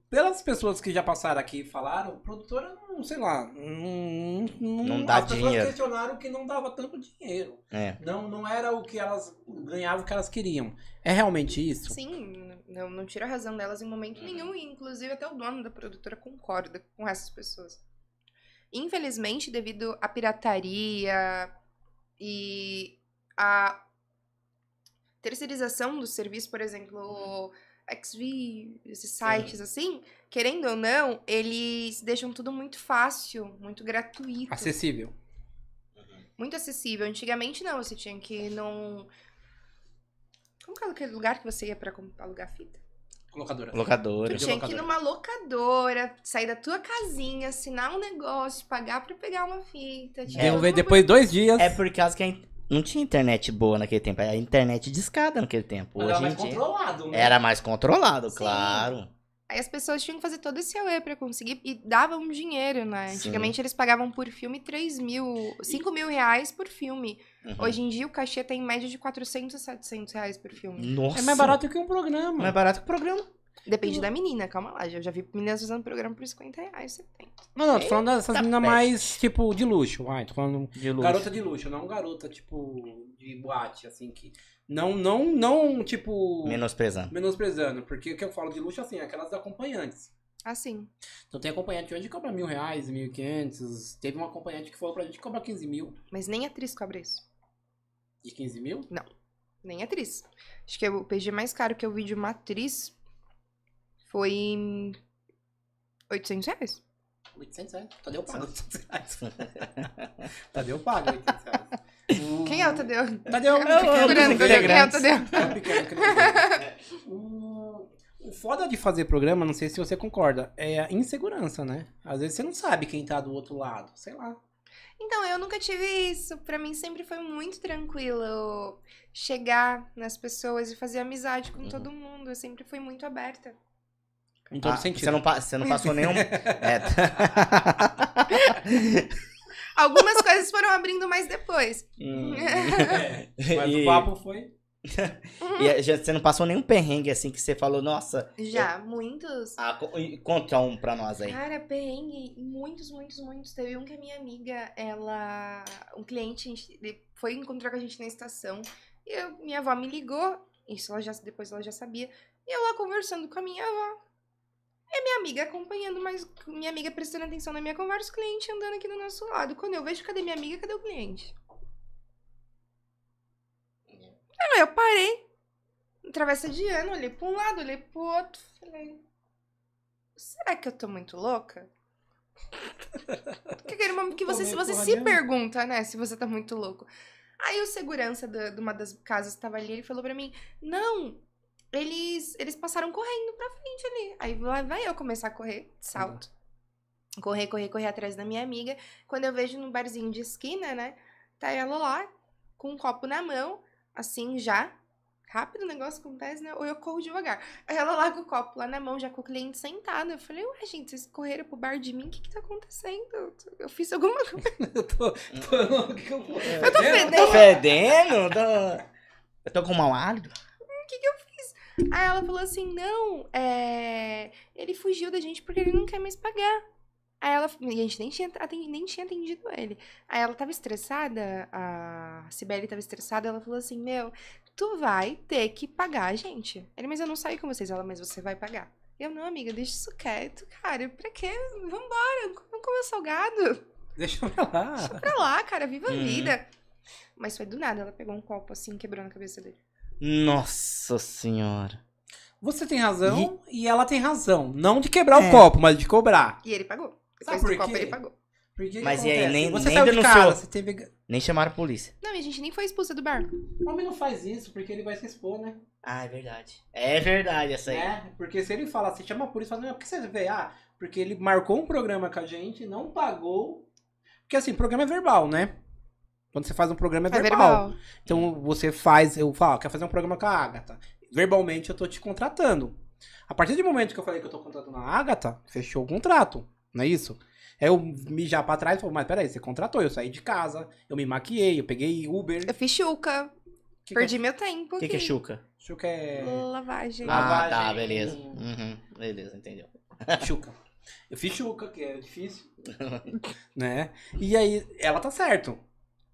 pelas pessoas que já passaram aqui e falaram, produtora não, sei lá, não, não,
Não dá
as pessoas
dinheiro.
questionaram que não dava tanto dinheiro.
É.
Não, não era o que elas ganhavam o que elas queriam. É realmente isso?
Sim, não, não tiro a razão delas em momento nenhum, e inclusive até o dono da produtora concorda com essas pessoas. Infelizmente, devido à pirataria e à terceirização do serviço, por exemplo, o XV, esses sites assim, querendo ou não, eles deixam tudo muito fácil, muito gratuito
Acessível.
muito acessível. Antigamente não, você tinha que ir num. Como que era aquele lugar que você ia pra com- alugar fita?
Colocadora.
Locadora.
Tu
de
tinha que ir
locadora.
numa locadora, sair da tua casinha, assinar um negócio, pagar pra pegar uma fita. tinha
Deu
toda uma
ver É. um depois de dois dias.
É por causa que a in- não tinha internet boa naquele tempo. Era internet discada naquele tempo.
Mas era
Hoje
mais
em dia-
controlado, né?
Era mais controlado,
Sim.
claro.
Aí as pessoas tinham que fazer todo esse auê pra conseguir. E davam dinheiro, né?
Sim.
Antigamente eles pagavam por filme 3 mil, 5 mil reais por filme.
Uhum.
Hoje em dia o cachê tá em média de 400 a 700 reais por filme.
Nossa.
É mais barato que um programa.
Mais barato que o programa.
Depende da menina, calma lá. Eu já vi meninas usando programa por 50 reais, 70.
Não, não, tô falando dessas
Eita
meninas
peste.
mais, tipo, de luxo. Vai, tô falando
De luxo.
Garota de luxo, não garota, tipo, de boate, assim, que... Não, não, não, tipo...
[laughs] Menosprezando.
Menosprezando, porque o que eu falo de luxo, assim, é aquelas acompanhantes.
Assim.
Então tem acompanhante hoje que cobra mil reais, mil e quinhentos. Teve uma acompanhante que falou pra gente que cobra 15 mil.
Mas nem atriz cobra isso.
De 15 mil?
Nem atriz. Acho que o PG mais caro que eu vi de uma atriz foi em 800 reais.
800 reais. Tá, Tadeu [laughs] paga 800 reais.
[laughs]
Tadeu paga 800 reais. Tá,
[laughs]
O-
Quem é o Tadeu? Eu
Tadeu?
fico procurando, Tadeu, Quem é o
integrantes.
Tadeu?
É o pequeno que não é. O- O foda de fazer programa, não sei se você concorda, é a insegurança, né? Às vezes você não sabe quem tá do outro lado. Sei lá.
Então, eu nunca tive isso. Pra mim sempre foi muito tranquilo chegar nas pessoas e fazer amizade com
Uhum.
todo mundo. Eu sempre fui muito aberta.
Em todo
Ah,
sentido.
Você não, pa- você não passou nenhum. É.
Algumas coisas foram abrindo mais depois.
Hum.
[laughs] É, mas
E-
o papo foi.
E a gente- você não passou nenhum perrengue assim que você falou, nossa,
Já, muitos.
ah, co- e- conta um pra nós
Ah,
aí.
Cara, perrengue, muitos, muitos, muitos. Teve um que a minha amiga, ela. Um cliente, a gente- ele foi encontrar com a gente na estação. E eu- minha avó me ligou. Isso ela já, depois ela já sabia. E eu lá conversando com a minha avó. E minha amiga acompanhando, mas minha amiga prestando atenção na minha conversa, o cliente andando aqui do nosso lado. Quando eu vejo, cadê minha amiga? Cadê o cliente? Aí Ah, eu parei, travessa de ano, olhei pra um lado, olhei pro outro, falei. Será que eu tô muito louca? Porque aquele momento que você, se
Tomei
você
porra
se
nenhuma.
pergunta, né, se você tá muito louco. Aí o segurança da- de uma das casas que tava ali, ele falou pra mim: Não, eles, eles passaram correndo pra frente ali. Aí lá vai eu começar a correr, de salto. Correr, correr, correr atrás da minha amiga. Quando eu vejo num barzinho de esquina, né? Tá ela lá, com um copo na mão, assim já. Rápido o negócio acontece, né? Ou eu corro devagar. Aí ela larga o copo lá na mão, já com o cliente sentado. Eu falei, ué, gente, vocês correram pro bar de mim? O que que tá acontecendo? Eu fiz alguma coisa.
[laughs] Eu tô.
Hum.
tô- o que que eu vou-
Eu
tô
É,
fedendo.
Tô fedendo? Tô... Eu tô com mau hálito?
Aí ela falou assim: não, é... ele fugiu da gente porque ele não quer mais pagar. Aí ela. E a gente nem tinha, aten- nem tinha atendido ele. Aí ela tava estressada, a Sibeli tava estressada, ela falou assim: meu, tu vai ter que pagar a gente. Ele, mas eu não saí com vocês. Ela, mas você vai pagar. Eu, não, amiga, deixa isso quieto, cara. Pra quê? Vambora, vamos comer salgado.
Deixa pra lá.
Deixa pra lá, cara, viva a
[laughs] Hum.
Uhum.
vida. Mas foi do nada, ela pegou um copo assim, quebrou na cabeça dele.
Nossa senhora.
Você tem razão e ela tem razão. Não de quebrar o
É.
copo, mas de cobrar.
E ele pagou.
Sabe
Depois
por
do copo
quê?
ele pagou.
Porque o
Mas
que
e aí,
acontece?
nem-
você
nem
saiu de
denunciou.
casa, você teve...
Nem chamaram a polícia.
Não, e a gente nem foi expulsa do bar.
O homem não faz isso porque ele vai se expor, né?
Ah, é verdade. É verdade essa aí.
É, porque se ele fala, você chama a polícia e fala, "Não, por que você veio? Ah, porque ele marcou um programa com a gente, não pagou. Porque assim, programa é verbal, né? Quando você faz um programa é,
É
verbal.
verbal.
Então você faz, eu falo, "Ah, quero fazer um programa com a Agatha. Verbalmente eu tô te contratando. A partir do momento que eu falei que eu tô contratando a Agatha, fechou o contrato, não é isso? Aí eu mijar pra trás e falo, mas peraí, você contratou, eu saí de casa, eu me maquiei, eu peguei Uber.
Eu fiz chuca,
Que
perdi meu tempo.
O que, que é
aqui.
chuca?
Que...
[laughs]
Chuca é.
Lavagem.
Ah,
Lavagem.
tá, beleza. Uhum, beleza, entendeu.
Chuca. Eu fiz chuca, que é difícil. [laughs] né? E aí, ela tá certo.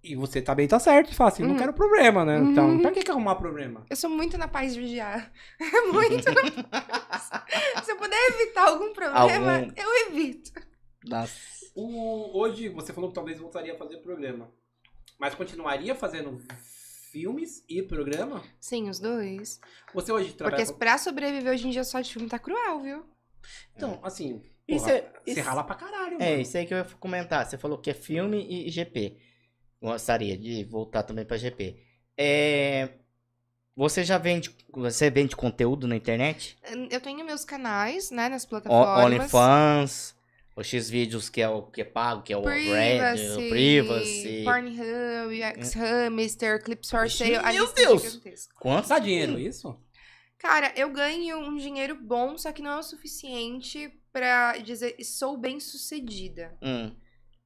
E você também tá certo. Fala assim, não
Uhum.
quero problema, né? Então,
Uhum.
pra que, que arrumar problema?
Eu sou muito na paz de vigiar. [laughs] muito na paz. Se eu puder evitar algum problema,
Algum.
eu evito.
Nossa.
O- hoje, você falou que talvez voltaria a fazer programa. Mas continuaria fazendo filmes e programa?
Sim, os dois.
Você hoje
Porque
trabalha... com-
pra sobreviver hoje em dia só de filme tá cruel, viu?
Então, assim...
Isso
porra,
é-
Você
isso-
rala pra caralho, mano.
É, isso aí que eu ia comentar. Você falou que é filme e GP. Gostaria de voltar também pra GP. É, Você já vende. Você vende conteúdo na internet?
Eu tenho meus canais, né, nas
O-
plataformas.
OnlyFans, o Xvideos que é o que é pago, que é o Red, o Privacy.
Pornhub, X-Hamster, Clips for
Ixi,
Sale. a
meu
lista é
Deus!
gigantesca.
Quantos?
Dá dinheiro, isso?
Cara, eu ganho um dinheiro bom, só que não é o suficiente pra dizer sou bem sucedida.
Hum,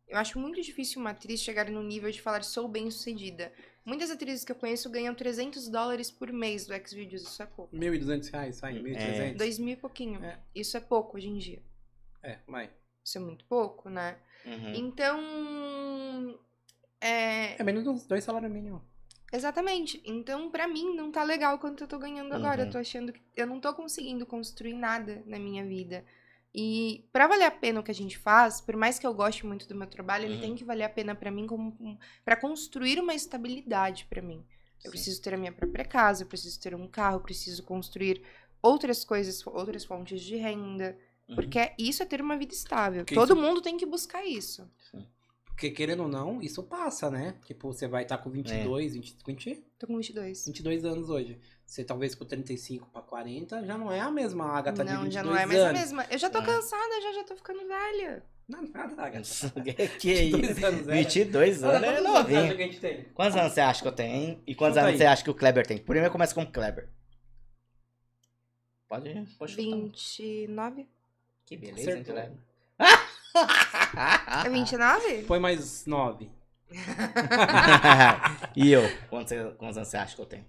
Eu acho muito difícil uma atriz chegar no nível de falar sou bem sucedida. Muitas atrizes que eu conheço ganham 300 dólares por mês do Xvideos, isso é pouco.
1.200 reais, sai, 1.300.
Dois mil e pouquinho.
É.
Isso é pouco hoje em dia.
É, vai.
Isso é muito pouco, né?
uhum.
Então. É,
É menos de uns dois salários mínimos.
Exatamente. Então, pra mim, não tá legal quanto eu tô ganhando agora.
Uhum.
Eu tô achando que eu não tô conseguindo construir nada na minha vida. E pra valer a pena o que a gente faz, por mais que eu goste muito do meu trabalho,
Uhum.
ele tem que valer a pena pra mim como um- pra construir uma estabilidade pra mim.
Sim.
Eu preciso ter a minha própria casa, eu preciso ter um carro, eu preciso construir outras coisas, outras fontes de renda,
Uhum.
porque isso é ter uma vida estável.
Porque
Todo
isso-
mundo tem que buscar isso.
Porque querendo ou não, isso passa, né? Tipo, você vai estar com 22, 20, 20,
Tô com 22.
22 anos hoje. Você talvez com 35 pra 40, já não é a mesma Agatha de
não,
22
já não é mais
anos.
a mesma. Eu já tô
É.
cansada, já já tô ficando velha.
Não é nada, Agatha.
Uhum. [laughs] que isso?
22 anos, é.
22 anos é
Olha quantos anos você acha
novinho.
que a gente tem?
Quantos anos você acha que eu tenho? hein? E quantos
Chuta
anos
aí.
você acha que o Kleber tem? Primeiro começa com o Kleber. Pode, pode
tá
chutar.
29?
Que beleza, hein,
Acertou.
Kleber?
Ah.
É 29?
Põe mais 9.
[laughs] e eu? Quantos, quantos anos você acha que eu tenho?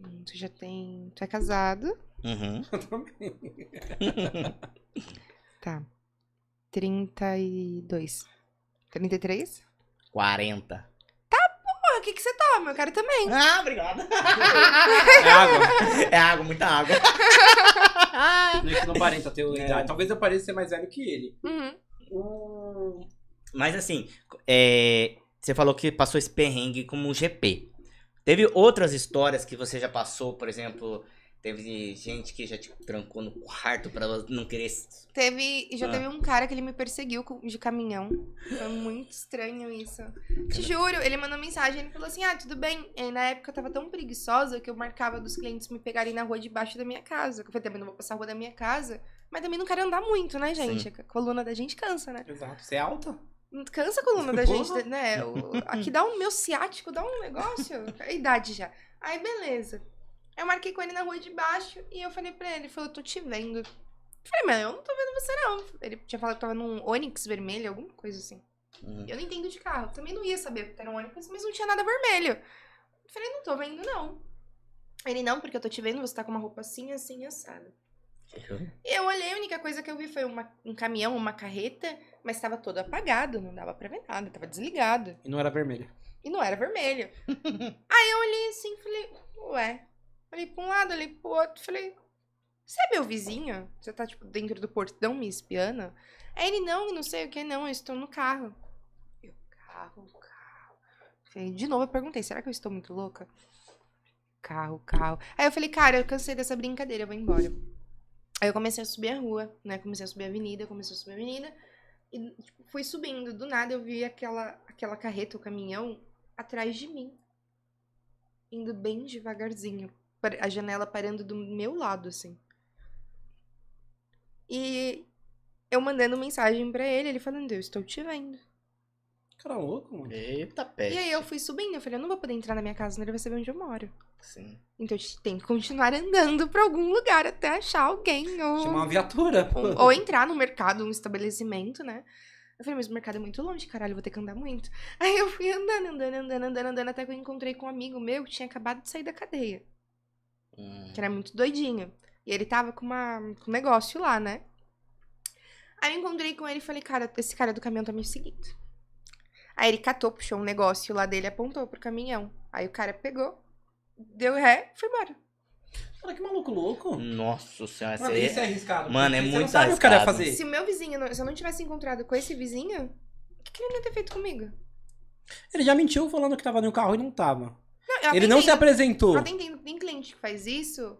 Hum, Tu já tem. Tu é casado?
Uhum.
Tá. 32. 33?
40.
Pô, o que, que você toma? Eu quero também.
Ah, obrigado.
É água.
[laughs] É água, muita água.
Gente, não parenta ter
É.
idade. Talvez eu pareça ser mais velho que ele.
Uhum.
O...
Mas assim, é, Você falou que passou esse perrengue como um GP. Teve outras histórias que você já passou, por exemplo, teve gente que já te trancou no quarto pra não querer.
Teve, e já
Ah.
teve um cara que ele me perseguiu com- de caminhão. Foi muito estranho isso. Te juro, ele mandou mensagem, ele falou assim: "Ah, tudo bem". E na época eu tava tão preguiçosa que eu marcava dos clientes me pegarem na rua debaixo da minha casa. Que eu falei, também não vou passar a rua da minha casa, mas também não quero andar muito, né, gente? A coluna da gente cansa, né?
Exato. Você é alta?
Cansa a coluna da
Porra.
gente, né? O- Aqui dá um meu ciático, dá um negócio. A idade já. Aí, beleza. Eu marquei com ele na rua de baixo e eu falei pra ele, ele falou, eu tô te vendo. Eu falei, mas eu não tô vendo você, não. Ele tinha falado que tava num Onix vermelho, alguma coisa assim.
Uhum.
Eu não entendo de carro. Também não ia saber porque era um Onix, mas não tinha nada vermelho. Eu falei, não tô vendo, não. Ele, não, porque eu tô te vendo, você tá com uma roupa assim, assim, assada. Eu olhei, a única coisa que eu vi foi uma- um caminhão, uma carreta, mas estava todo apagado, não dava pra ver nada, tava desligado.
E não era vermelha.
E não era vermelho. Aí eu olhei assim, falei, ué. Olhei pra um lado, olhei pro outro, falei, você é meu vizinho? Você tá, tipo, dentro do portão me espiando? Aí ele, não, não sei o que, não, eu estou no carro. Eu, carro, carro. Falei, de novo eu perguntei, será que eu estou muito louca? Carro, carro. Aí eu falei, cara, eu cansei dessa brincadeira, eu vou embora. Aí eu comecei a subir a rua, né? Comecei a subir a avenida, comecei a subir a avenida. E tipo, fui subindo. Do nada eu vi aquela, aquela carreta, o caminhão, atrás de mim. Indo bem devagarzinho. par- A janela parando do meu lado, assim. E eu mandando mensagem pra ele, ele falando, eu estou te vendo.
Cara louco, mano.
Eita,
E
peste.
aí eu fui subindo, eu falei, eu não vou poder entrar na minha casa, senão ele vai saber onde eu moro.
Sim.
Então eu tenho que continuar andando pra algum lugar até achar alguém. Ou...
Chamar uma viatura. pô.
Ou entrar no mercado, um estabelecimento, né? Eu falei, mas o mercado é muito longe, caralho, vou ter que andar muito. [laughs] Aí eu fui andando, andando, andando, andando, andando, até que eu encontrei com um amigo meu que tinha acabado de sair da cadeia,
Hum.
que era muito doidinho. E ele tava com, uma, com um negócio lá, né? Aí eu encontrei com ele e falei, cara, esse cara do caminhão tá me seguindo. Aí ele catou, puxou um negócio lá dele e apontou pro caminhão. Aí o cara pegou, deu ré, foi embora.
Cara, que maluco louco.
Nossa senhora,
Mano,
Hum, você-
isso é arriscado.
Mano, é
porque
muito
você não sabe o que o cara ia
arriscado.
fazer.
Se o meu vizinho, não- se eu não tivesse encontrado com esse vizinho, o que, que ele ia ter feito comigo?
Ele já mentiu falando que tava no carro e não tava.
Eu até
Ele não se
entendo.
apresentou.
Eu até entendo que tem cliente que faz isso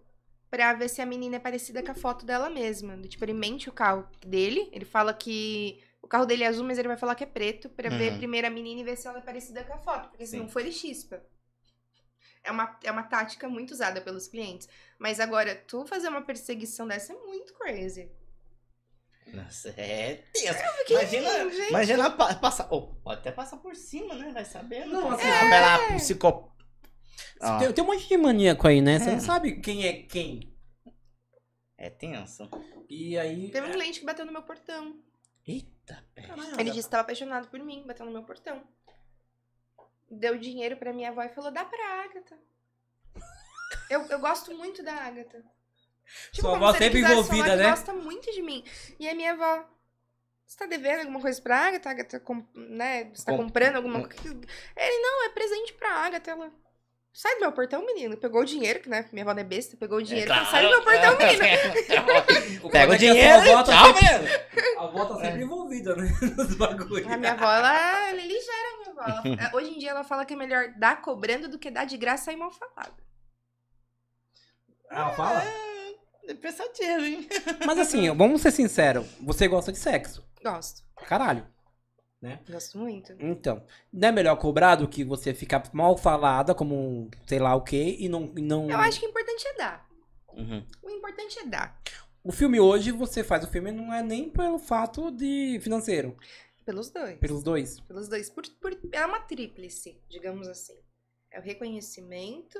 pra ver se a menina é parecida com a foto dela mesma. Do Tipo, ele mente o carro dele, ele fala que o carro dele é azul, mas ele vai falar que é preto pra ver
Uhum.
primeiro a menina e ver se ela é parecida com a foto, porque se
Sim.
não for ele chispa. É uma, é uma tática muito usada pelos clientes. Mas agora, tu fazer uma perseguição dessa é muito crazy.
Nossa, é tenso.
fiquei
imagina,
assim, gente.
imagina pa- passar. ou pode até passar por cima, né? Vai saber.
Não,
Não,
assim,
Vai lá, psicopata.
Tem, tem um monte de maníaco aí, né? Você
Ah. É.
não sabe quem é quem.
é tenso.
E aí. é,
Teve um cliente que bateu no meu portão.
Eita, peste.
Caralho,
Ele disse que tava apaixonado por mim, bateu no meu portão. Deu dinheiro pra minha avó e falou: dá pra Agatha. Eu, eu gosto muito da Agatha. Tipo,
Sua
como
avó
se ele
sempre
quisesse
envolvida,
falar que
né?
gosta muito de mim. E a minha avó. Você tá devendo alguma coisa pra Agatha? Agatha, com- né? Você tá
Com-
comprando alguma
com-
coisa? Ele, não, é presente pra Agatha. Ela. Sai do meu portão, menino. Pegou o dinheiro, que né? Minha avó não é besta, pegou o dinheiro. e falou, sai do meu portão,
[laughs]
menino.
menino.
foda é
Pega
que
o
a
dinheiro. e
sua avó tá
Tchau, É.
sempre-
menino.
A avó tá sempre envolvida, né? [laughs] Nos bagulhos.
A minha avó, ela, ela é ligeira, minha avó.
[laughs]
Ela- hoje em dia ela fala que é melhor dar cobrando do que dar de graça e mal falado.
Ah, fala?
É pensativo, hein?
Mas assim, vamos ser sinceros. Você gosta de sexo.
Gosto.
Caralho.
Gosto muito.
Então, não é melhor cobrar do que você ficar mal falada, como um sei lá o quê, e não. e não...
Eu acho que o importante é dar.
Uhum.
O importante é dar.
O filme hoje, você faz o filme não é nem pelo fato de financeiro,
Pelos dois.
pelos dois.
Pelos dois. Por, por- é uma tríplice, digamos assim. É o reconhecimento,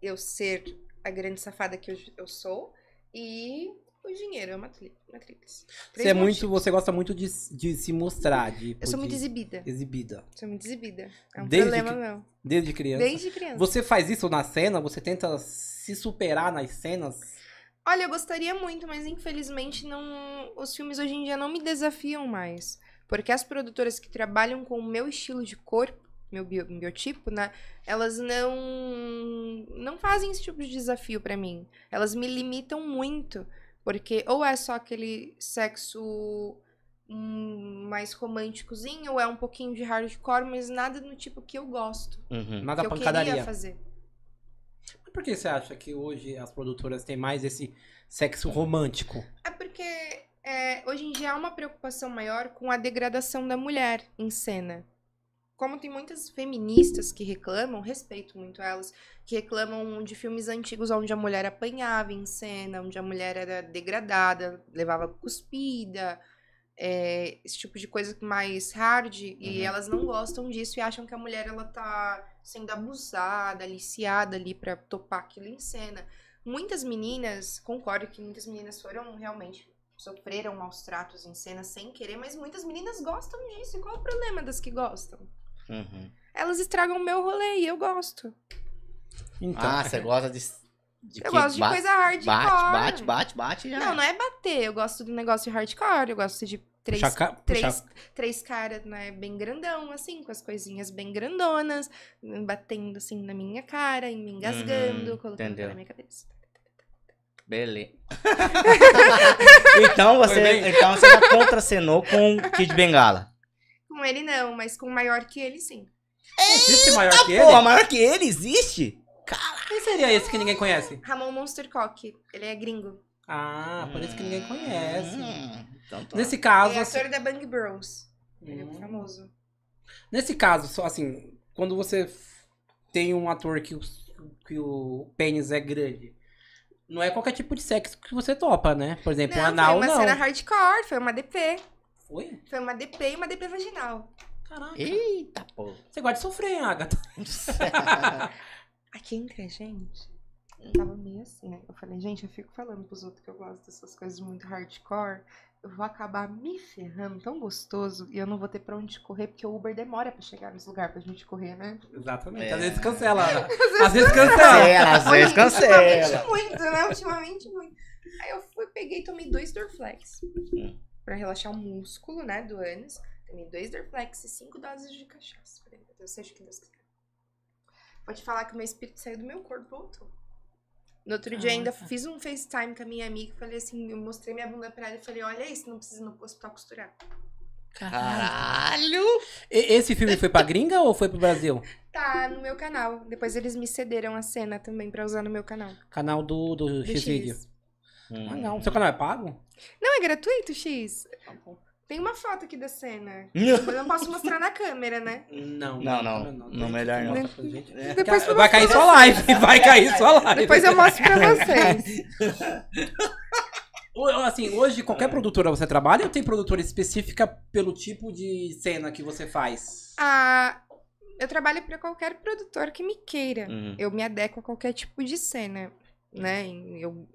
eu ser a grande safada que eu, eu sou, e o dinheiro. É uma, tri- uma tríplice. Três
Você é
motivos.
muito, você gosta muito de, de se mostrar, de,
Eu sou muito
de-
exibida.
exibida,
Sou muito exibida. É um
Desde
problema
que-
meu.
desde criança.
Desde criança.
Você faz isso na cena, você tenta se superar nas cenas.
Olha, eu gostaria muito, mas infelizmente não. Os filmes hoje em dia não me desafiam mais. Porque as produtoras que trabalham com o meu estilo de corpo, meu bio- biotipo, né? Elas não. não fazem esse tipo de desafio pra mim. Elas me limitam muito. Porque ou é só aquele sexo hum, mais românticozinho, é um pouquinho de hardcore, mas nada no tipo que eu gosto.
Uhum.
Nada
que eu
pancadaria.
queria fazer.
Mas Por que você acha que hoje as produtoras têm mais esse sexo romântico?
É porque é, hoje em dia há uma preocupação maior com a degradação da mulher em cena. Como tem muitas feministas que reclamam, respeito muito elas, que reclamam de filmes antigos onde a mulher apanhava em cena, onde a mulher era degradada, levava cuspida, é, esse tipo de coisa mais hard, e
Uhum.
elas não gostam disso e acham que a mulher ela tá sendo abusada, aliciada ali pra topar aquilo em cena. Muitas meninas, concordo que muitas meninas foram realmente sofreram maus tratos em cena sem querer, mas muitas meninas gostam disso. E qual o problema das que gostam?
Uhum.
Elas estragam o meu rolê e eu gosto.
Então,
Ah, você gosta de. de
eu gosto de
ba-
coisa hardcore.
Bate, bate, bate, bate já.
Não, não é bater. Eu gosto do negócio de hardcore. Eu gosto de três,
puxar ca- puxar-
três, três caras, né? Bem grandão, assim, com as coisinhas bem grandonas, batendo assim na minha cara e me engasgando,
Uhum,
colocando
entendeu.
na minha cabeça.
Beleza. [laughs] então
Foi
você,
bem?
então você já contracenou com o Kid Bengala.
Com ele não, mas com o maior que ele sim.
Existe maior que ele?
Porra, maior que ele existe?
Quem seria esse que ninguém conhece?
Ramon Monstercock, ele é gringo.
Ah, por isso que ninguém conhece.
Hum, então tá.
Nesse caso,
Ele é
assim,
ator da Bang Bros. Ele é
Hum.
famoso.
nesse caso, só assim, quando você f- tem um ator que o, que o pênis é grande, não é qualquer tipo de sexo que você topa, né? Por exemplo, um
não,
anal
foi uma
não.
cena hardcore, foi uma DP.
Foi?
Foi uma DP e uma DP vaginal.
Caraca.
Eita, pô.
Você gosta de sofrer, hein, Agatha? [laughs]
Aqui entre a gente, eu tava meio assim, né? Eu falei, gente, eu fico falando pros outros que eu gosto dessas coisas muito hardcore. Eu vou acabar me ferrando tão gostoso e eu não vou ter pra onde correr, porque o Uber demora pra chegar nesse lugar pra gente correr, né? [laughs]
Exatamente.
É.
Às vezes cancela. Às vezes
É.
cancela.
cancela, às vezes cancela.
Ultimamente muito, né? Ultimamente muito. Aí eu fui, peguei e tomei dois Dorflex. Pra relaxar o músculo, né, do ânus. Tomei dois Dorflex e cinco doses de cachaça. Falei, meu Deus, seja o que Deus quiser. Pode falar que o meu espírito saiu do meu corpo, voltou. No outro dia ainda
Caraca.
fiz um FaceTime com a minha amiga e falei assim, eu mostrei minha bunda pra ela e falei, olha isso, não precisa ir no hospital costurar.
Caralho.
E- Esse filme foi pra gringa ou foi pro Brasil?
Tá no meu canal. Depois eles me cederam a cena também pra usar no meu canal.
Canal do, do,
Do
X-Video.
X.
Hum,
Ah, não. Seu canal é pago?
Não é gratuito, X? Tem uma foto aqui da cena.
Não.
Mas eu não posso mostrar na câmera, né?
Não,
Não, não. Não, melhor não.
Depois eu
É. vai cair sua live, vai cair sua live.
Depois
é
[laughs]
eu mostro pra vocês.
Ou- ou, Assim, hoje
É.
qualquer produtora você trabalha ou tem produtora específica pelo tipo de cena que você faz?
Ah, eu trabalho pra qualquer produtor que me queira.
Uhum.
Eu me adequo a qualquer tipo de cena, né? E Eu,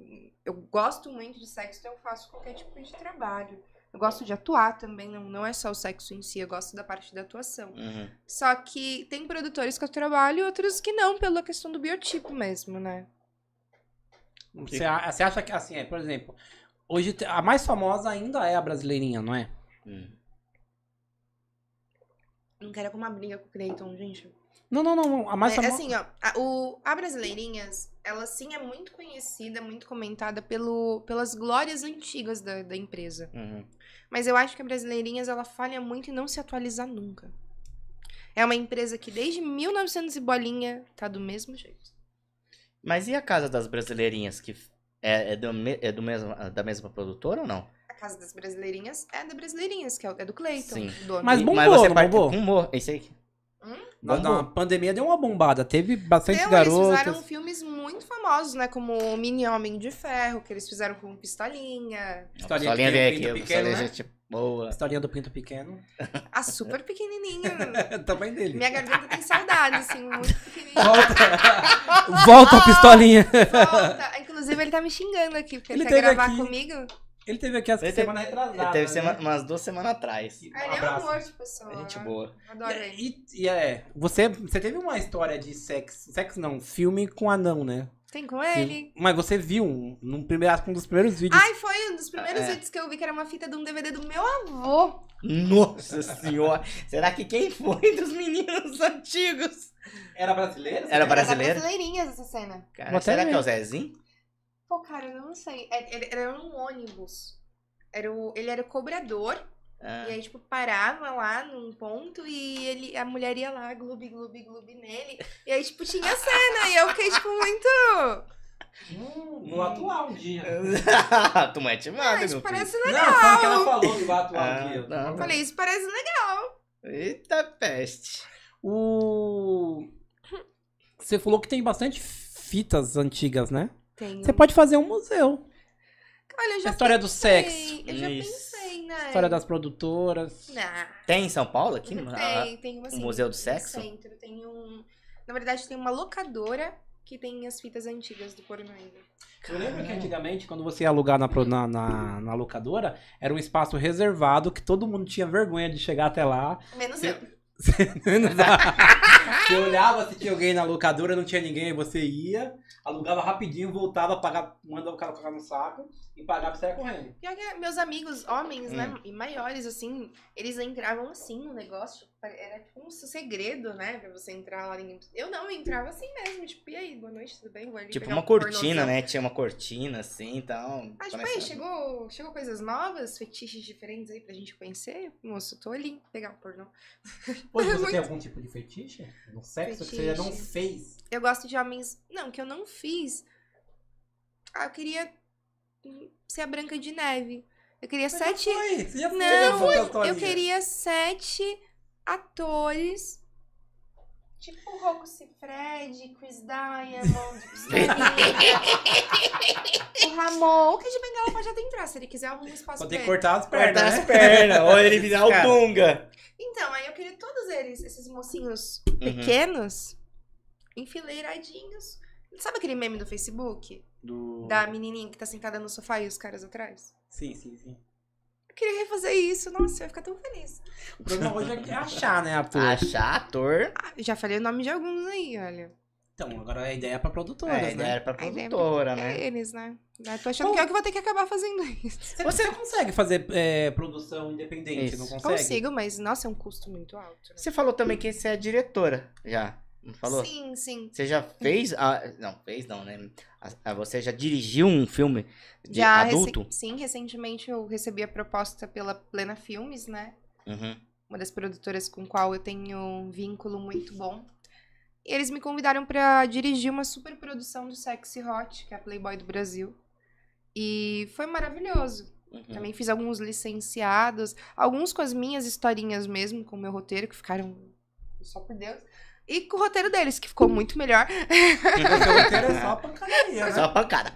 eu gosto muito de sexo, então eu faço qualquer tipo de trabalho. Eu gosto de atuar também, não, não é só o sexo em si, eu gosto da parte da atuação.
Uhum.
Só que tem produtores que eu trabalho e outros que não, pela questão do biotipo mesmo, né?
Você, a- você acha que, assim, é, por exemplo, hoje te- a mais famosa ainda é a brasileirinha, não é?
Uhum.
Não quero arrumar briga com o Creighton, gente.
Não, não, não. A mais
É,
famosa.
assim, ó, a, o, a Brasileirinhas, ela sim é muito conhecida, muito comentada pelo, pelas glórias antigas da, da empresa.
Uhum.
Mas eu acho que a Brasileirinhas, ela falha muito em não se atualizar nunca. É uma empresa que desde 1900 e bolinha tá do mesmo jeito.
Mas e a Casa das Brasileirinhas, que é, é do, me- é do mesmo, da mesma produtora ou não?
A Casa das Brasileirinhas é da Brasileirinhas, que é, o- é do Cleiton,
Sim.
o dono.
Mas
E-
bombou,
mas você
não
parte-
bombou?
Bombou, é isso aí.
Na, na pandemia deu uma bombada. Teve bastante
Então, eles
garotas.
fizeram filmes muito famosos, né? Como o Mini Homem de Ferro, que eles fizeram com Pistolinha.
Historinha
Solinha
de
vem aqui,
pinto
a
pequeno,
Solinha
né?
gente boa.
Historinha do Pinto Pequeno.
A super pequenininha.
É, tá
Também dele.
Minha garganta tem saudade, assim, muito pequenininha.
[laughs]
Volta. Volta a pistolinha.
Volta. Inclusive, ele tá me xingando aqui, porque ele,
Ele
quer
teve
gravar
aqui.
comigo.
Ele teve aqui essa
Ele
semana
teve-
retrasada.
Ele teve
né?
sema- umas duas semanas atrás.
Um
Ah, Ele é um
abraço.
amor de pessoa.
Gente boa.
Eu Adoro ele.
E, e é, você, você teve uma história de sexo, sexo não, filme com anão, né?
Tem com ele?
Que- Mas você viu um, num primeiro, acho que um dos primeiros vídeos.
Ai, foi um dos primeiros
É.
vídeos que eu vi que era uma fita de um DVD do meu avô.
Nossa senhora. Será que quem foi dos meninos [laughs] antigos?
Era brasileiro?
Era
Era da
brasileiro?
Brasileirinhas essa cena.
Cara,
Vou até
será
ver.
que é o Zezinho?
Pô, cara, eu não sei. É- Ele era um ônibus. Era o... Ele era o cobrador
É.
Ah.
E aí, tipo, parava lá num ponto e ele, a mulher ia lá, gloob, gloob, gloob nele. E aí, tipo, tinha cena. e eu fiquei, tipo, muito.
Vou atuar um dia.
[laughs] tu não é timado,
Ah,
meu
isso
filho.
parece
Não,
legal.
só que ela falou que vai atuar
Ah,
um dia.
tá.
Eu falei, isso parece legal.
Eita peste.
O. Você falou que tem bastante fitas antigas, né?
Tenho.
Você pode fazer um museu.
Olha, eu já
A história do
pensei,
sexo.
Eu já
Isso.
pensei, né? Ah,
História das produtoras.
Não,
Tem em São Paulo aqui?
não
Ah,
tem, tem uma assim,
Museu do
no
Sexo?
Centro, tem um... Na verdade, tem uma locadora que tem as fitas antigas do porno ainda.
Eu lembro que antigamente, quando você ia alugar na, pro- na, na, na locadora, era um espaço reservado que todo mundo tinha vergonha de chegar até lá. [laughs]
Menos
Sim.
eu.
você olhava se tinha alguém na locadora, não tinha ninguém, aí você ia, alugava rapidinho, voltava, pagava, mandava o cara colocar no saco e pagava e saia correndo.
Pior que é, meus amigos, homens,
Hum.
né? E maiores, assim, eles entravam assim no negócio. tipo, Era tipo um segredo, né? Pra você entrar lá. Ninguém... Eu não, eu entrava assim mesmo. Tipo, e aí, boa noite, tudo bem? Vou ali
Tipo
pegar
uma
um
cortina,
pornozão.
né? Tinha uma cortina assim, então.
Ah, tipo,
parece-
aí, chegou, chegou coisas novas, fetiches diferentes aí pra gente conhecer. Moço, tô ali, pegar um pornô.
Hoje você
É Muito.
tem algum tipo de fetiche? No sexo que você
Fetiche.
não fez?
Eu gosto de homens. Não, que eu não fiz. Ah, eu queria ser a Branca de Neve. Eu queria sete.
é Foi, você já fez
Não,
uma
Eu
fantasmagoria.
queria sete atores. Tipo Rocco Fred, Chris [laughs] Diamond, Psicomania, o Ramon. O Kid Bengala pode até entrar, se ele quiser arruma um espaço
Só
pra
tem
ele.
que cortar as pernas,
Cortar
né?
as
[laughs]
pernas, ou ele virar o
Cara.
Dunga.
Então, aí eu queria todos eles, esses mocinhos
Uhum.
pequenos, enfileiradinhos. Sabe aquele meme do Facebook?
Do-
Da menininha que tá sentada no sofá e os caras atrás?
Sim, sim, sim.
Eu queria refazer isso, nossa, eu ia ficar tão feliz.
O problema hoje é que é achar, né, ator?
Achar ator. é
Ah, já falei o nome de alguns aí, olha.
Então, agora a ideia é pra produtoras,
É,
né?
era pra
Aí lembra-
produtora, né?
É eles, né? Eu tô achando que eu que vou ter que acabar fazendo isso.
Você, você consegue fazer é, produção independente,
Isso.
não consegue?
Consigo, mas nossa, é um custo muito alto. né?
Você falou também que você é diretora, já. Não falou?
Sim, sim.
Você já fez. a- não, fez não, né? A- a- você já dirigiu um filme de
Já recen-
adulto?
Sim, recentemente eu recebi a proposta pela Plena Filmes, né?
Uhum.
uma das produtoras com qual eu tenho um vínculo muito bom. E eles me convidaram pra dirigir uma super produção do Sexy Hot, que é a Playboy do Brasil. E foi maravilhoso.
uhum.
Também fiz alguns licenciados, alguns com as minhas historinhas mesmo, com o meu roteiro, que ficaram só por Deus. E com o roteiro deles, que ficou muito melhor.
Porque o roteiro é só pancadaria, né?
Só uma pancada.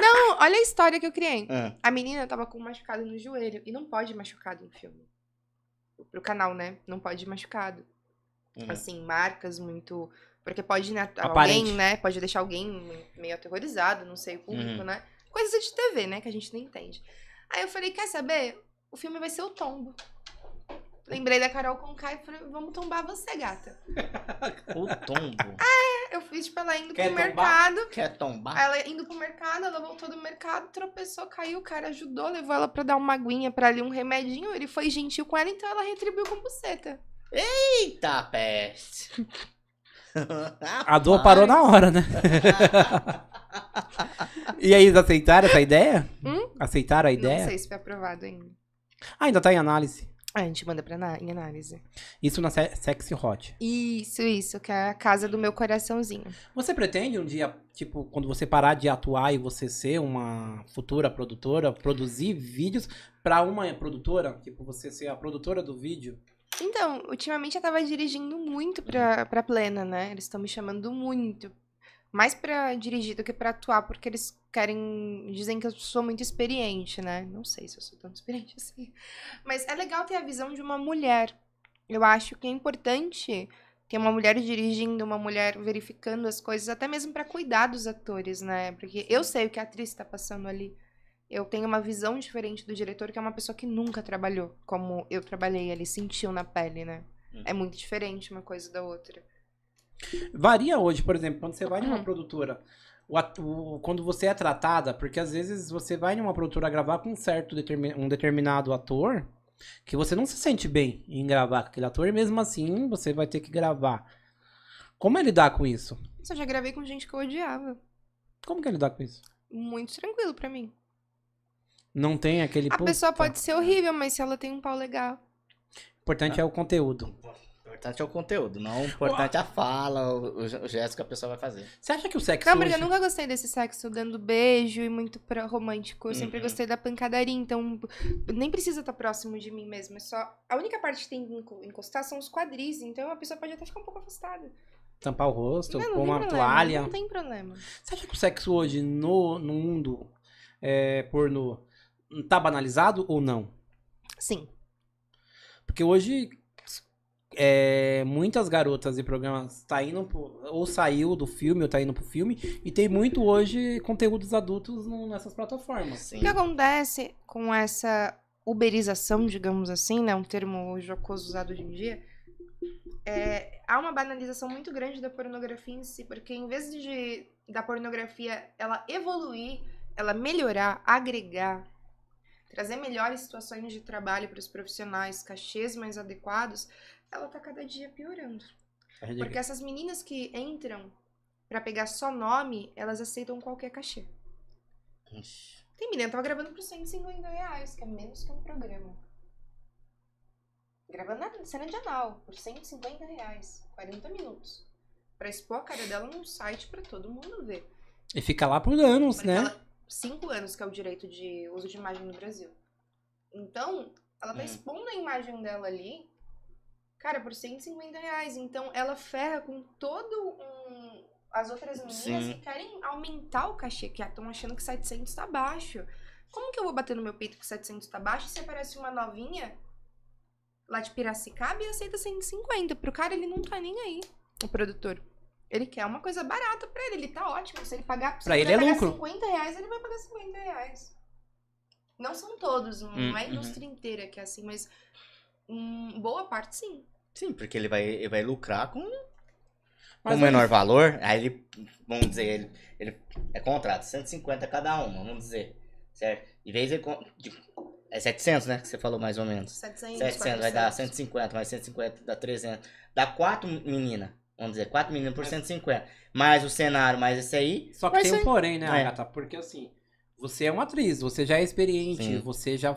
Não, olha a história que eu criei.
Ah,
A menina tava com um machucado no joelho. E não pode ir machucado em filme. Pro canal, né? Não pode ir machucado.
uhum.
assim, marcas muito. Porque pode, né,
Aparente.
alguém, né? Pode deixar alguém meio aterrorizado, não sei, o público,
Uhum.
né? Coisas de TV, né? Que a gente não entende. Aí eu falei, quer saber? O filme vai ser o tombo. Lembrei da Carol Conká e falei, vamos tombar você, gata.
O [laughs] tombo.
Eu fiz, tipo, ela indo
Quer
pro
tombar?
mercado.
Ah, Quer tombar?
Ela indo pro mercado, ela voltou do mercado, tropeçou, caiu, o cara ajudou, levou ela pra dar uma aguinha pra ali um remedinho. Ele foi gentil com ela, então ela retribuiu com buceta.
Eita peste. Ah,
A dor parou na hora, né? [laughs] e aí, eles aceitaram essa ideia?
Hum?
Aceitaram a
Não
ideia?
sei se foi aprovado ainda.
Ah, ainda tá em análise.
Ah, A gente manda pra ana- em análise.
Isso na se- Sexy Hot.
Isso, isso, que é a casa do meu coraçãozinho.
Você pretende um dia, tipo, quando você parar de atuar e você ser uma futura produtora, produzir vídeos pra uma produtora? Tipo, você ser a produtora do vídeo?
Então, ultimamente eu tava dirigindo muito pra, pra Plena, né? Eles estão me chamando muito. Mais pra dirigir do que pra atuar, porque eles querem. Dizem que eu sou muito experiente, né? Não sei se eu sou tão experiente [laughs] assim. Mas é legal ter a visão de uma mulher. Eu acho que é importante ter uma mulher dirigindo, uma mulher verificando as coisas, até mesmo pra cuidar dos atores, né? Porque eu sei o que a atriz tá passando ali. Eu tenho uma visão diferente do diretor, que é uma pessoa que nunca trabalhou como eu trabalhei. Ele sentiu na pele, né?
Uhum.
É muito diferente uma coisa da outra.
Varia hoje, por exemplo, quando você vai
Uhum.
numa produtora, o atu- o- quando você é tratada, porque às vezes você vai numa produtora gravar com um certo determi- um determinado ator que você não se sente bem em gravar com aquele ator, e mesmo assim você vai ter que gravar. Como é lidar com isso?
Isso eu já gravei com gente que eu odiava.
Como que é lidar com isso?
Muito tranquilo pra mim.
Não tem aquele.
A
Puta.
pessoa pode ser horrível, mas se ela tem um pau legal.
O importante é o conteúdo.
O importante é o conteúdo, não o importante é a fala, o, o ge- o gesto que a pessoa vai fazer.
Você acha É que o sexo.
Não, porque eu
hoje-
nunca gostei desse sexo dando beijo e muito pro- romântico. Eu sempre
Uhum.
gostei da pancadaria, então nem precisa estar próximo de mim mesmo. É só. A única parte que tem que enco- encostar são os quadris, então a pessoa pode até ficar um pouco afastada.
Tampar o rosto,
não, não
pôr
tem
uma
problema,
toalha.
Não tem problema.
Você acha que o sexo hoje no, no mundo é, porno tá banalizado ou não?
Sim.
Porque hoje é, muitas garotas de programas tá indo pro- ou saiu do filme ou tá indo pro filme e tem muito hoje conteúdos adultos no- nessas plataformas.
Sim.
O que acontece com essa uberização, digamos assim, né? Um termo jocoso usado hoje em dia. É, há uma banalização muito grande da pornografia em si, porque em vez de da pornografia ela evoluir, ela melhorar, agregar, trazer melhores situações de trabalho para os profissionais, cachês mais adequados, ela tá cada dia piorando.
É
Porque essas meninas que entram para pegar só nome, elas aceitam qualquer cachê.
Ixi.
Tem menina que tava gravando por 150 reais, que é menos que um programa. Gravando na cena de anal, por 150 reais, 40 minutos. Pra expor a cara dela num site pra todo mundo ver.
E fica lá por anos,
Porque
né?
ela- Cinco anos que é o direito de uso de imagem no Brasil. Então, ela tá
Hum.
expondo a imagem dela ali, cara, por 150 reais. Então, ela ferra com todo um. As outras meninas
Sim.
que querem aumentar o cachê, que estão achando que 700 tá baixo. Como que eu vou bater no meu peito que 700 tá baixo se aparece uma novinha lá de Piracicaba e aceita 150? Pro cara, ele não tá nem aí, o produtor. Ele quer uma coisa barata pra ele, ele tá ótimo. Se ele pagar, se
Pra ele
vai
é
pagar
lucro.
50 reais, ele vai pagar 50 reais. Não são todos, não
Hum,
é a
uhum.
indústria inteira que é assim, mas hum, boa parte sim.
Sim, porque ele vai, ele vai lucrar com
Mas é
um
hoje-
menor valor, aí ele, vamos dizer, ele, ele é contrato, 150 cada uma, vamos dizer, certo? Em vez ele, con- de, é 700, né, que você falou mais ou menos.
700,
700 vai dar
400.
150, mais 150 dá 300. Dá quatro meninas, vamos dizer, quatro meninas por 150. Mais o cenário, mais esse aí.
Só que
vai
tem um
ser-
porém, né,
É.
Agatha? Porque assim, você é uma atriz, você já é experiente,
Sim.
você já.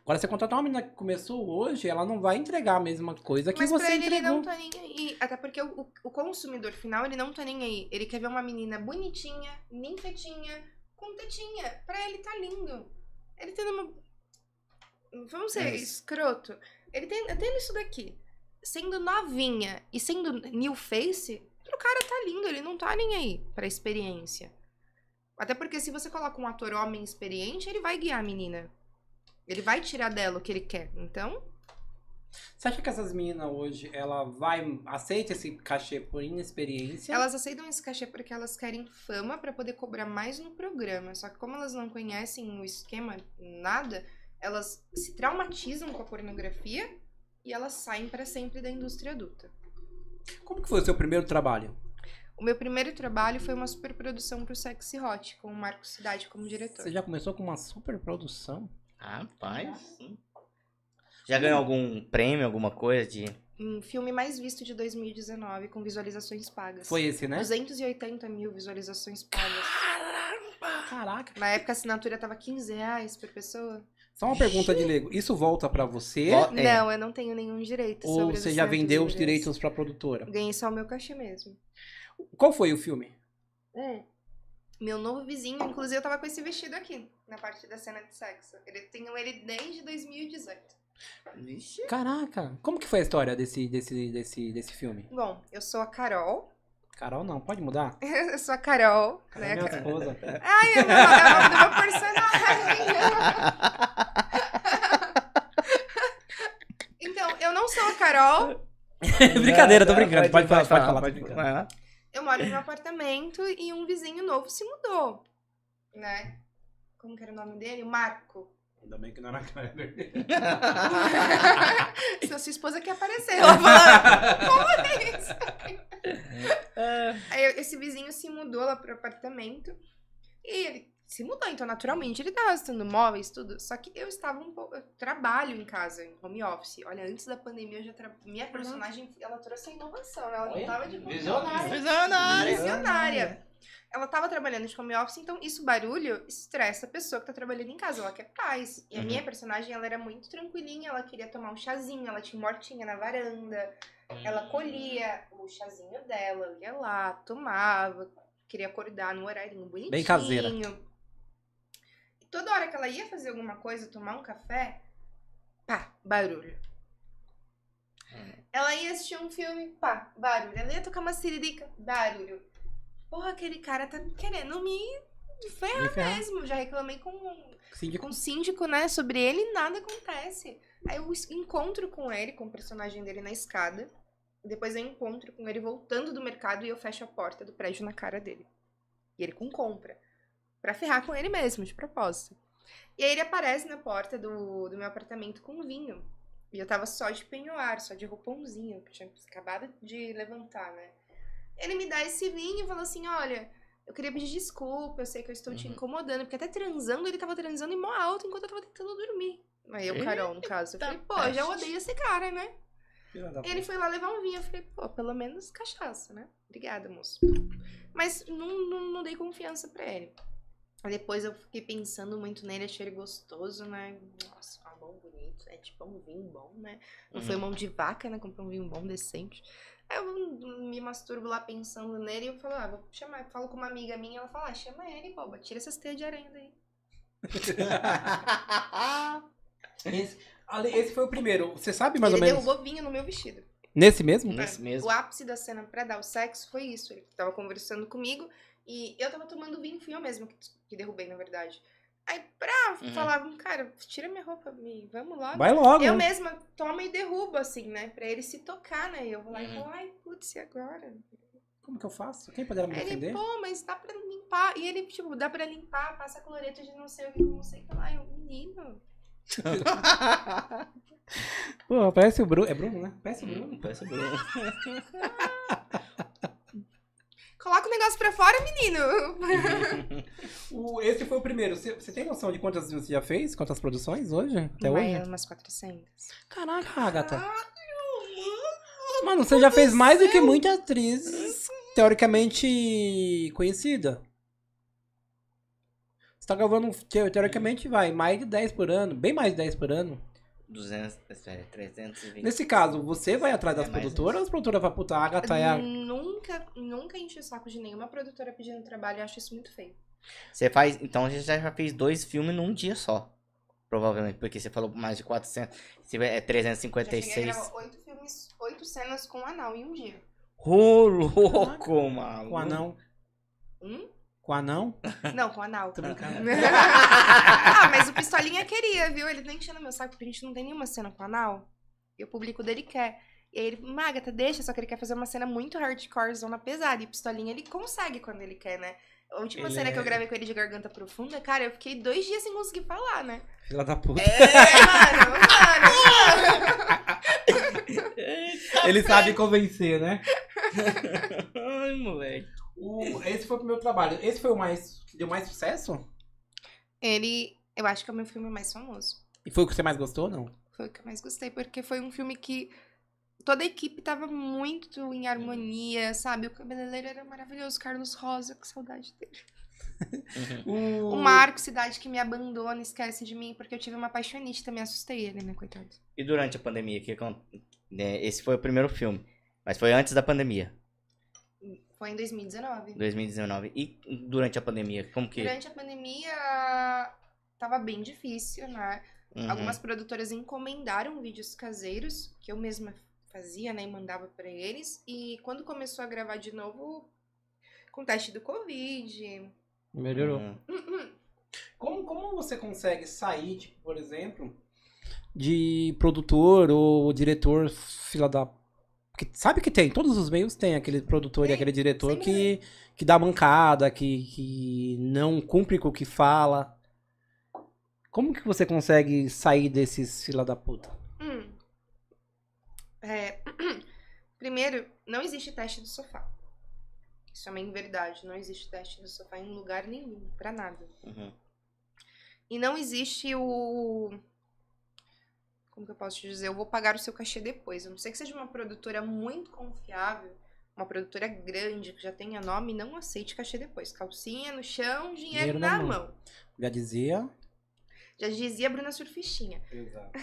Agora, você contratar uma menina que começou hoje, ela não vai entregar a mesma coisa que
Mas
você
pra ele, ele
entregou.
não tá nem aí. Até porque o, o- o consumidor final, ele não tá nem aí. Ele quer ver uma menina bonitinha, ninfetinha, com tetinha. Pra ele tá lindo. Ele tendo uma... Vamos ser
É isso.
escroto. Ele tem, tendo isso daqui. Sendo novinha e sendo new face, pro cara tá lindo. Ele não tá nem aí pra experiência. Até porque se você coloca um ator homem experiente, ele vai guiar a menina. Ele vai tirar dela o que ele quer. Então...
Você acha que essas meninas hoje, ela vai. aceita esse cachê por inexperiência?
Elas aceitam esse cachê porque elas querem fama pra poder cobrar mais no programa. Só que como elas não conhecem o esquema, nada, elas se traumatizam com a pornografia e elas saem pra sempre da indústria adulta.
Como que foi o seu primeiro trabalho?
O meu primeiro trabalho foi uma superprodução pro Sexy Hot, com o Marco Cidade como diretor.
Você já começou com uma super produção?
Rapaz. Já ganhou algum prêmio, alguma coisa de.
Um filme mais visto de 2019, com visualizações pagas.
Foi esse, né?
280 mil visualizações pagas.
Ah, Caraca.
Na época a assinatura tava 15 reais por pessoa.
Só uma pergunta de Lego. Isso volta pra você?
Vol- É.
Não, eu não tenho nenhum direito.
ou
sobre
você
os
já
assinantes
vendeu os
livres.
direitos pra produtora?
Ganhei só o meu cachê mesmo.
Qual foi o filme?
Meu novo vizinho, inclusive, eu tava com esse vestido aqui, na parte da cena de sexo. Ele tenho ele desde 2018.
Vixe.
Caraca. Como que foi a história desse, desse, desse, desse filme?
Bom, eu sou a Carol. [laughs]
Carol, não. Pode mudar?
eu sou a Carol,
Carol é
né?
minha esposa.
Ai, é o meu- é o nome do meu personagem. então, eu não sou a Carol,
[laughs] [laughs] Brincadeira, tô brincando. Pode, falar, pode, falar.
pode
pode falar.
falar.
Eu moro num apartamento e um vizinho novo se mudou, né? Como que era o nome dele? O Marco.
Ainda bem que não era Kleber.
Seu sua esposa que apareceu. Ela falou, como é isso? [laughs] É. Aí eu- esse vizinho se mudou lá pro apartamento. E ele se mudou, então naturalmente ele tava estando móveis, tudo. Só que eu estava um pouco. Eu trabalho em casa, em home office. Olha, antes da pandemia eu já tra... Minha personagem, ela trouxe a inovação, né? Ela não
Olha,
tava de
visionária.
Visionária.
Visionária. Ela tava trabalhando de home office, então isso barulho estressa a pessoa que tá trabalhando em casa, ela quer paz. E a
Uhum.
minha personagem, ela era muito tranquilinha, ela queria tomar um chazinho, ela tinha mortinha na varanda, ela colhia o chazinho dela, ia lá, tomava, queria acordar no horário bonitinho.
Bem caseira.
E toda hora que ela ia fazer alguma coisa, tomar um café, pá, barulho.
Hum.
Ela ia assistir um filme, pá, barulho. Ela ia tocar uma siririca, barulho. Porra, aquele cara tá querendo me ferrar
Me ferrar.
mesmo. Já reclamei com
Síndico.
com o síndico, né, sobre ele e nada acontece. Aí eu es- encontro com ele, com o personagem dele na escada. Depois eu encontro com ele voltando do mercado e eu fecho a porta do prédio na cara dele. E ele com compra. Pra ferrar com ele mesmo, de propósito. E aí ele aparece na porta do, do meu apartamento com vinho. E eu tava só de penhoar, só de roupãozinho, que eu tinha acabado de levantar, né? Ele me dá esse vinho e fala assim: olha, eu queria pedir desculpa, eu sei que eu estou te
Uhum.
incomodando, porque até transando ele tava transando em mó alto enquanto eu tava tentando dormir. Aí eu, Carol, no caso, eu falei, pô, eu já odeio esse cara, né? Ele [laughs] foi lá levar um vinho. Eu falei, pô, pelo menos cachaça, né? Obrigada, moço. Mas não, não, não dei confiança pra ele. Aí Depois eu fiquei pensando muito nele, achei ele gostoso, né? Nossa, uma mão bonito. É tipo um vinho bom, né? Não foi
Uhum.
mão de vaca, né? Comprei um vinho bom, decente. Aí eu me masturbo lá pensando nele e eu falo, ah, vou chamar. Eu falo com uma amiga minha, ela fala, ah, chama ele, boba, tira essas teias de aranha daí.
esse, Ale, esse foi o primeiro. Você sabe mais
ele
ou menos?
derrubou vinho no meu vestido.
Nesse mesmo?
Nesse
É, O
mesmo.
ápice da cena pra dar o sexo foi isso. Ele tava conversando comigo e eu tava tomando vinho, fui eu mesma que, que derrubei, na verdade. Aí pra
Uhum.
falar, cara, tira minha roupa, me, vamos logo.
Vai logo.
Eu
né?
mesma tomo e derrubo, assim, né? Pra ele se tocar, né? E eu vou lá e
Uhum.
falo, ai, putz, e agora?
Como que eu faço? Quem poderá me
Aí ele,
defender?
pô, mas dá pra limpar. E ele, tipo, dá pra limpar, passa cloreto de não sei o que, não sei o que lá. Eu, menino.
Pô, parece o Bruno. É Bruno, né? Parece [laughs] o Bruno.
Hum, parece o Bruno.
Coloca o negócio pra fora, menino.
O, esse foi o primeiro. Você, você tem noção de quantas você já fez? Quantas produções hoje? Até
Vai, é
hoje?
umas 400.
Caraca, Agatha. Mano, você já fez mais do que muitas atrizes teoricamente conhecida. Você tá gravando, te- teoricamente, vai, mais de 10 por ano. Bem mais de 10 por ano.
200, espera, 320.
Nesse caso, você vai atrás das
É mais
produtoras ou as produtoras vão puta, a Agatha é a...
Hum. Nunca, nunca enchi o saco de nenhuma produtora pedindo trabalho, eu acho isso muito feio.
Você faz. Então a gente já já fez dois filmes num dia só. Provavelmente, porque você falou mais de 400. Se é
Já cheguei a
356.
gravar oito filmes, oito cenas com anal em um dia.
Ô, louco, mano.
Ah, Com anão.
Hum?
Com anão?
Não, com anal.
Tô brincando.
[laughs] ah, mas o Pistolinha queria, viu? Ele tá enchendo meu saco, porque a gente não tem nenhuma cena com anal. E o público dele quer. E aí ele, Magata, deixa, só que ele quer fazer uma cena muito hardcore, zona pesada. E o Pistolinha, ele consegue quando ele quer, né? A última
Ele
cena
é-
que eu gravei com ele de garganta profunda, cara, eu fiquei dois dias sem conseguir falar, né?
Filha da puta. É.
mano, mano, mano.
Ele sabe convencer, né?
Ai, moleque.
O- esse foi o primeiro trabalho. Esse foi o mais. que deu mais sucesso?
Ele, eu acho que é o meu filme mais famoso.
E foi o que você mais gostou, não?
Foi o que eu mais gostei, porque foi um filme que toda a equipe tava muito em harmonia, sabe? O cabeleireiro era maravilhoso, Carlos Rosa, que saudade dele.
O,
O Marco, cidade que me abandona, esquece de mim, porque eu tive uma apaixonite também, assustei ele, né, coitado?
E durante a pandemia, que acon- né, esse foi o primeiro filme. Mas foi antes da pandemia,
Foi em 2019.
2019. E durante a pandemia, como que.
Durante a pandemia, tava bem difícil, né?
Uhum.
Algumas produtoras encomendaram vídeos caseiros que eu mesma fazia, né, e mandava pra eles. E quando começou a gravar de novo, com teste do Covid.
Melhorou.
Uhum.
Como, como você consegue sair, tipo, por exemplo, de produtor ou diretor fila da. que sabe que tem, todos os meios tem aquele produtor e
Tem,
aquele diretor
sempre
que, que dá mancada, que, que não cumpre com o que fala. Como que você consegue sair desses fila da puta?
Hum. É, [clears throat] Primeiro, não existe teste do sofá. Isso é uma inverdade. Não existe teste do sofá em lugar nenhum, pra nada.
Uhum.
E não existe o. Como que eu posso te dizer? Eu vou pagar o seu cachê depois. A não ser que seja uma produtora muito confiável, uma produtora grande, que já tenha nome, não aceite cachê depois. Calcinha no chão, dinheiro,
Dinheiro na
na,
mão.
mão.
Já dizia.
Já dizia Bruna Surfichinha.
Exato.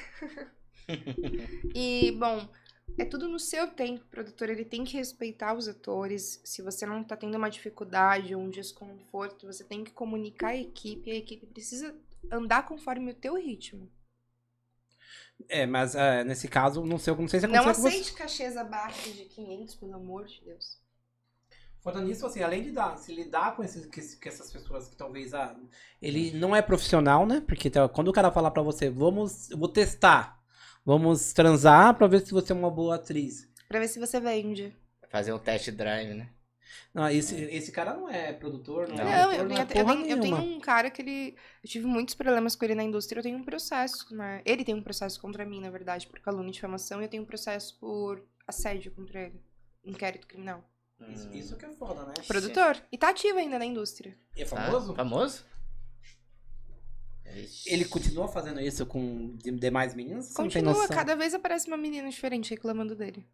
E, bom, é tudo no seu tempo. O produtor ele tem que respeitar os atores. Se você não tá tendo uma dificuldade ou um desconforto, você tem que comunicar a equipe. A equipe precisa andar conforme o teu ritmo.
É, mas é, nesse caso, não sei, não sei se
não
aconteceu com você.
aceite cachês abaixo de 500, pelo amor de Deus.
Fora nisso, assim, além de dar- se lidar com, esses, com esse- com essas pessoas que talvez ah, ele não é profissional, né? Porque tá, quando o cara falar pra você, vamos, eu vou testar, vamos transar pra ver se você é uma boa atriz.
Pra ver se você vende.
Fazer um test drive, né?
Não, esse, esse cara não é produtor, não,
Não,
é
Não,
ator,
eu
não
tenho,
é
até- eu
porra
tenho- eu tenho
nenhuma.
um cara que ele. Eu tive muitos problemas com ele na indústria. Eu tenho um processo, né? Ele tem um processo contra mim, na verdade, por calúnia e difamação. E eu tenho um processo por assédio contra ele. Inquérito criminal.
Isso,
Uhum.
isso que é foda, né?
Produtor. E tá ativo ainda na indústria.
E É
Tá?
famoso?
Famoso?
Ele continua fazendo isso com de- demais meninas? Você não tem
Continua,
noção.
cada vez aparece uma menina diferente reclamando dele.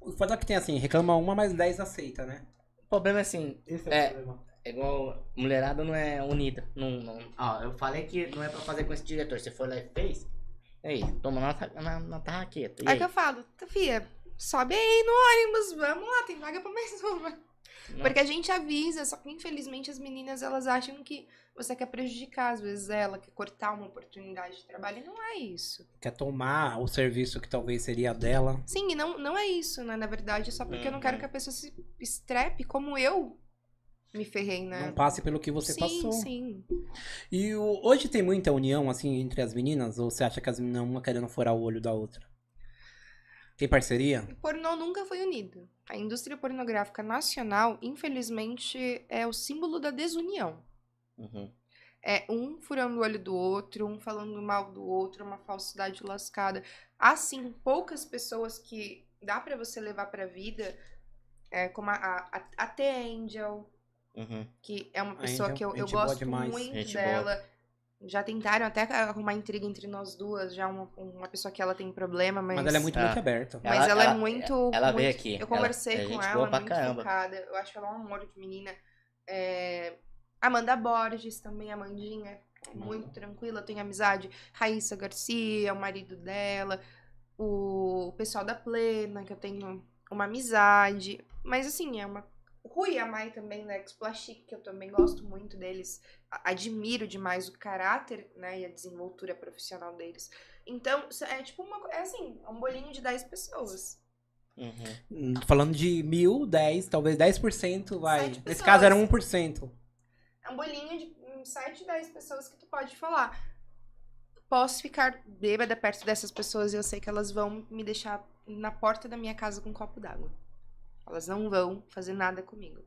O foda é que tem assim, reclama uma, mas dez aceita, né?
O problema é assim,
Esse
É.
problema.
é igual mulherada não é unida. Não, não... Ó, eu falei que não é pra fazer com esse diretor. Você foi lá e fez? Aí, toma na, ta- na, na tarraqueta. E
Aí
aí?
É que eu falo, Fia, sobe aí no ônibus, vamos lá, tem vaga pra mais [laughs] uma.
Não.
Porque a gente avisa, só que infelizmente as meninas elas acham que você quer prejudicar, às vezes ela quer cortar uma oportunidade de trabalho, e não é isso.
Quer tomar o serviço que talvez seria dela.
Sim, e não, não é isso, né? Na verdade, é só porque eu não quero
Uhum.
que a pessoa se estrepe como eu me ferrei, né?
Não passe pelo que você
sim,
passou.
sim.
E o- hoje tem muita união, assim, entre as meninas? Ou você acha que as meninas uma querendo furar o olho da outra? Tem parceria?
O pornô nunca foi unido. A indústria pornográfica nacional, infelizmente, é o símbolo da desunião.
Uhum.
É um furando o olho do outro, um falando mal do outro, uma falsidade lascada. Há sim poucas pessoas que dá pra você levar pra vida, é, como a, a, a- a The Angel,
Uhum.
que é uma
A
pessoa
Angel,
que eu, eu
gente boa
gosto
demais.
muito
Gente boa.
dela. Já tentaram até arrumar intriga entre nós duas, já uma, uma pessoa que ela tem problema, mas.
Mas ela é muito
Ah.
mente aberta.
Mas ela,
Ela-
é muito.
ela veio
muito-
aqui. Ela-
Eu conversei
é
com
gente
ela,
boa pra
muito
caramba.
focada. Eu acho ela um amor de menina. É, Amanda Borges também, Amandinha. Muito tranquila, tem amizade. Raíssa Garcia, o marido dela. O pessoal da Plena, que eu tenho uma amizade. Mas assim, é uma. O Rui e a Mai também, da Explastic, que eu também gosto muito deles. A- Admiro demais o caráter, né? E a desenvoltura profissional deles. Então, isso é tipo uma. co- É assim, é um bolinho de 10 pessoas.
Uhum.
Hum, Falando de mil, dez, talvez 10% vai.
Sete
Nesse
pessoas.
caso era 1%.
É um bolinho de um site de 10 pessoas que tu pode falar. Posso ficar bêbada perto dessas pessoas e eu sei que elas vão me deixar na porta da minha casa com um copo d'água. Elas não vão fazer nada comigo.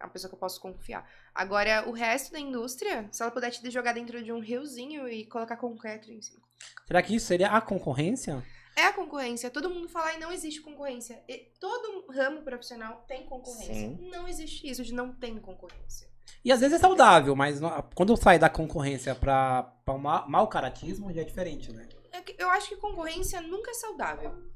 É uma pessoa que eu posso confiar. Agora, o resto da indústria, se ela puder te jogar dentro de um riozinho e colocar concreto em cima.
Será que isso seria a concorrência?
É a concorrência. Todo mundo fala e não existe concorrência. E todo ramo profissional tem concorrência.
Sim.
Não existe isso de não tem concorrência.
E às vezes é saudável, mas no- quando sai da concorrência pra, pra um ma- mau caratismo, já é diferente, né?
É que Eu acho que concorrência nunca é saudável.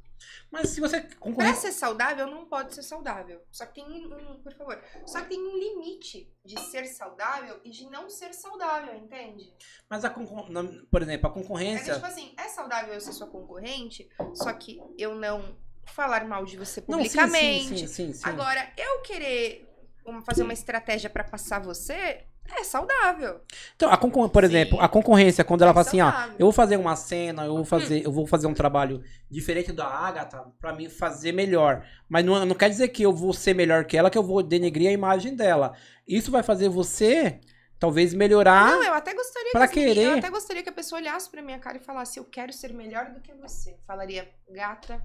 Mas se você
Pra
concorrer.
ser saudável, não pode ser saudável. Só que tem um, um- por favor, só que tem um limite de ser saudável e de não ser saudável, entende?
Mas a concor... na- por exemplo, a
É que,
concorrência.
tipo assim, é saudável eu ser sua concorrente, só que eu não falar mal de você
Não, sim,
publicamente.
sim, sim, sim, sim.
Agora, eu querer um- fazer uma estratégia pra passar você é saudável.
Então, a concor- por
Sim. Então, tá.
exemplo, a concorrência, quando ela
É
fala assim, ó,
saudável.
eu vou fazer uma cena,
Hum.
eu vou fazer, eu vou fazer um trabalho diferente da Agatha pra mim fazer melhor. Mas não, não quer dizer que eu vou ser melhor que ela, que eu vou denegrir a imagem dela. Isso vai fazer você talvez melhorar.
Não,
é.
eu até gostaria
ah, pra
que as meninas-
querer.
eu até gostaria que a pessoa olhasse pra minha cara e falasse, eu quero ser melhor do que você. Eu Falaria, gata,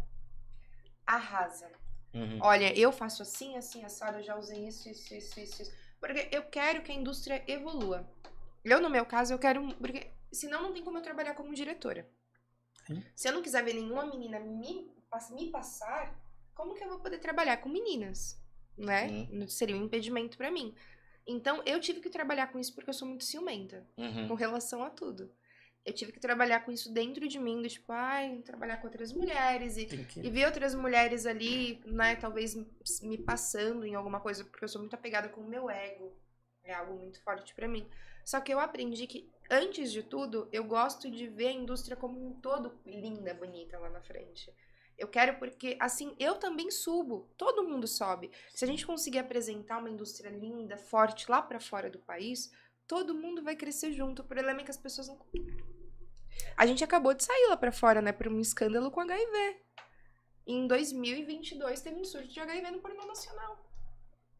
arrasa.
Uhum.
Olha, eu faço assim, assim, assado, eu já usei isso, isso, isso, isso, isso. Porque eu quero que a indústria evolua. Eu, no meu caso, eu quero. um, Porque senão não tem como eu trabalhar como diretora.
Sim.
Se eu não quiser ver nenhuma menina me, pass- me passar, como que eu vou poder trabalhar com meninas? Né?
Sim.
Não Seria um impedimento pra mim. Então, eu tive que trabalhar com isso porque eu sou muito ciumenta
Uhum.
com relação a tudo. eu tive que trabalhar com isso dentro de mim, do tipo, ai, trabalhar com outras mulheres e,
Tem que-
e ver outras mulheres ali, né, talvez me passando em alguma coisa, porque eu sou muito apegada com o meu ego. É algo muito forte pra mim. Só que eu aprendi que, antes de tudo, eu gosto de ver a indústria como um todo linda, bonita lá na frente. Eu quero porque, assim, eu também subo. Todo mundo sobe. Se a gente conseguir apresentar uma indústria linda, forte lá pra fora do país, todo mundo vai crescer junto. O problema é que as pessoas não. A gente acabou de sair lá pra fora, né, por um escândalo com HIV. Em 2022 teve um surto de HIV no pornô nacional.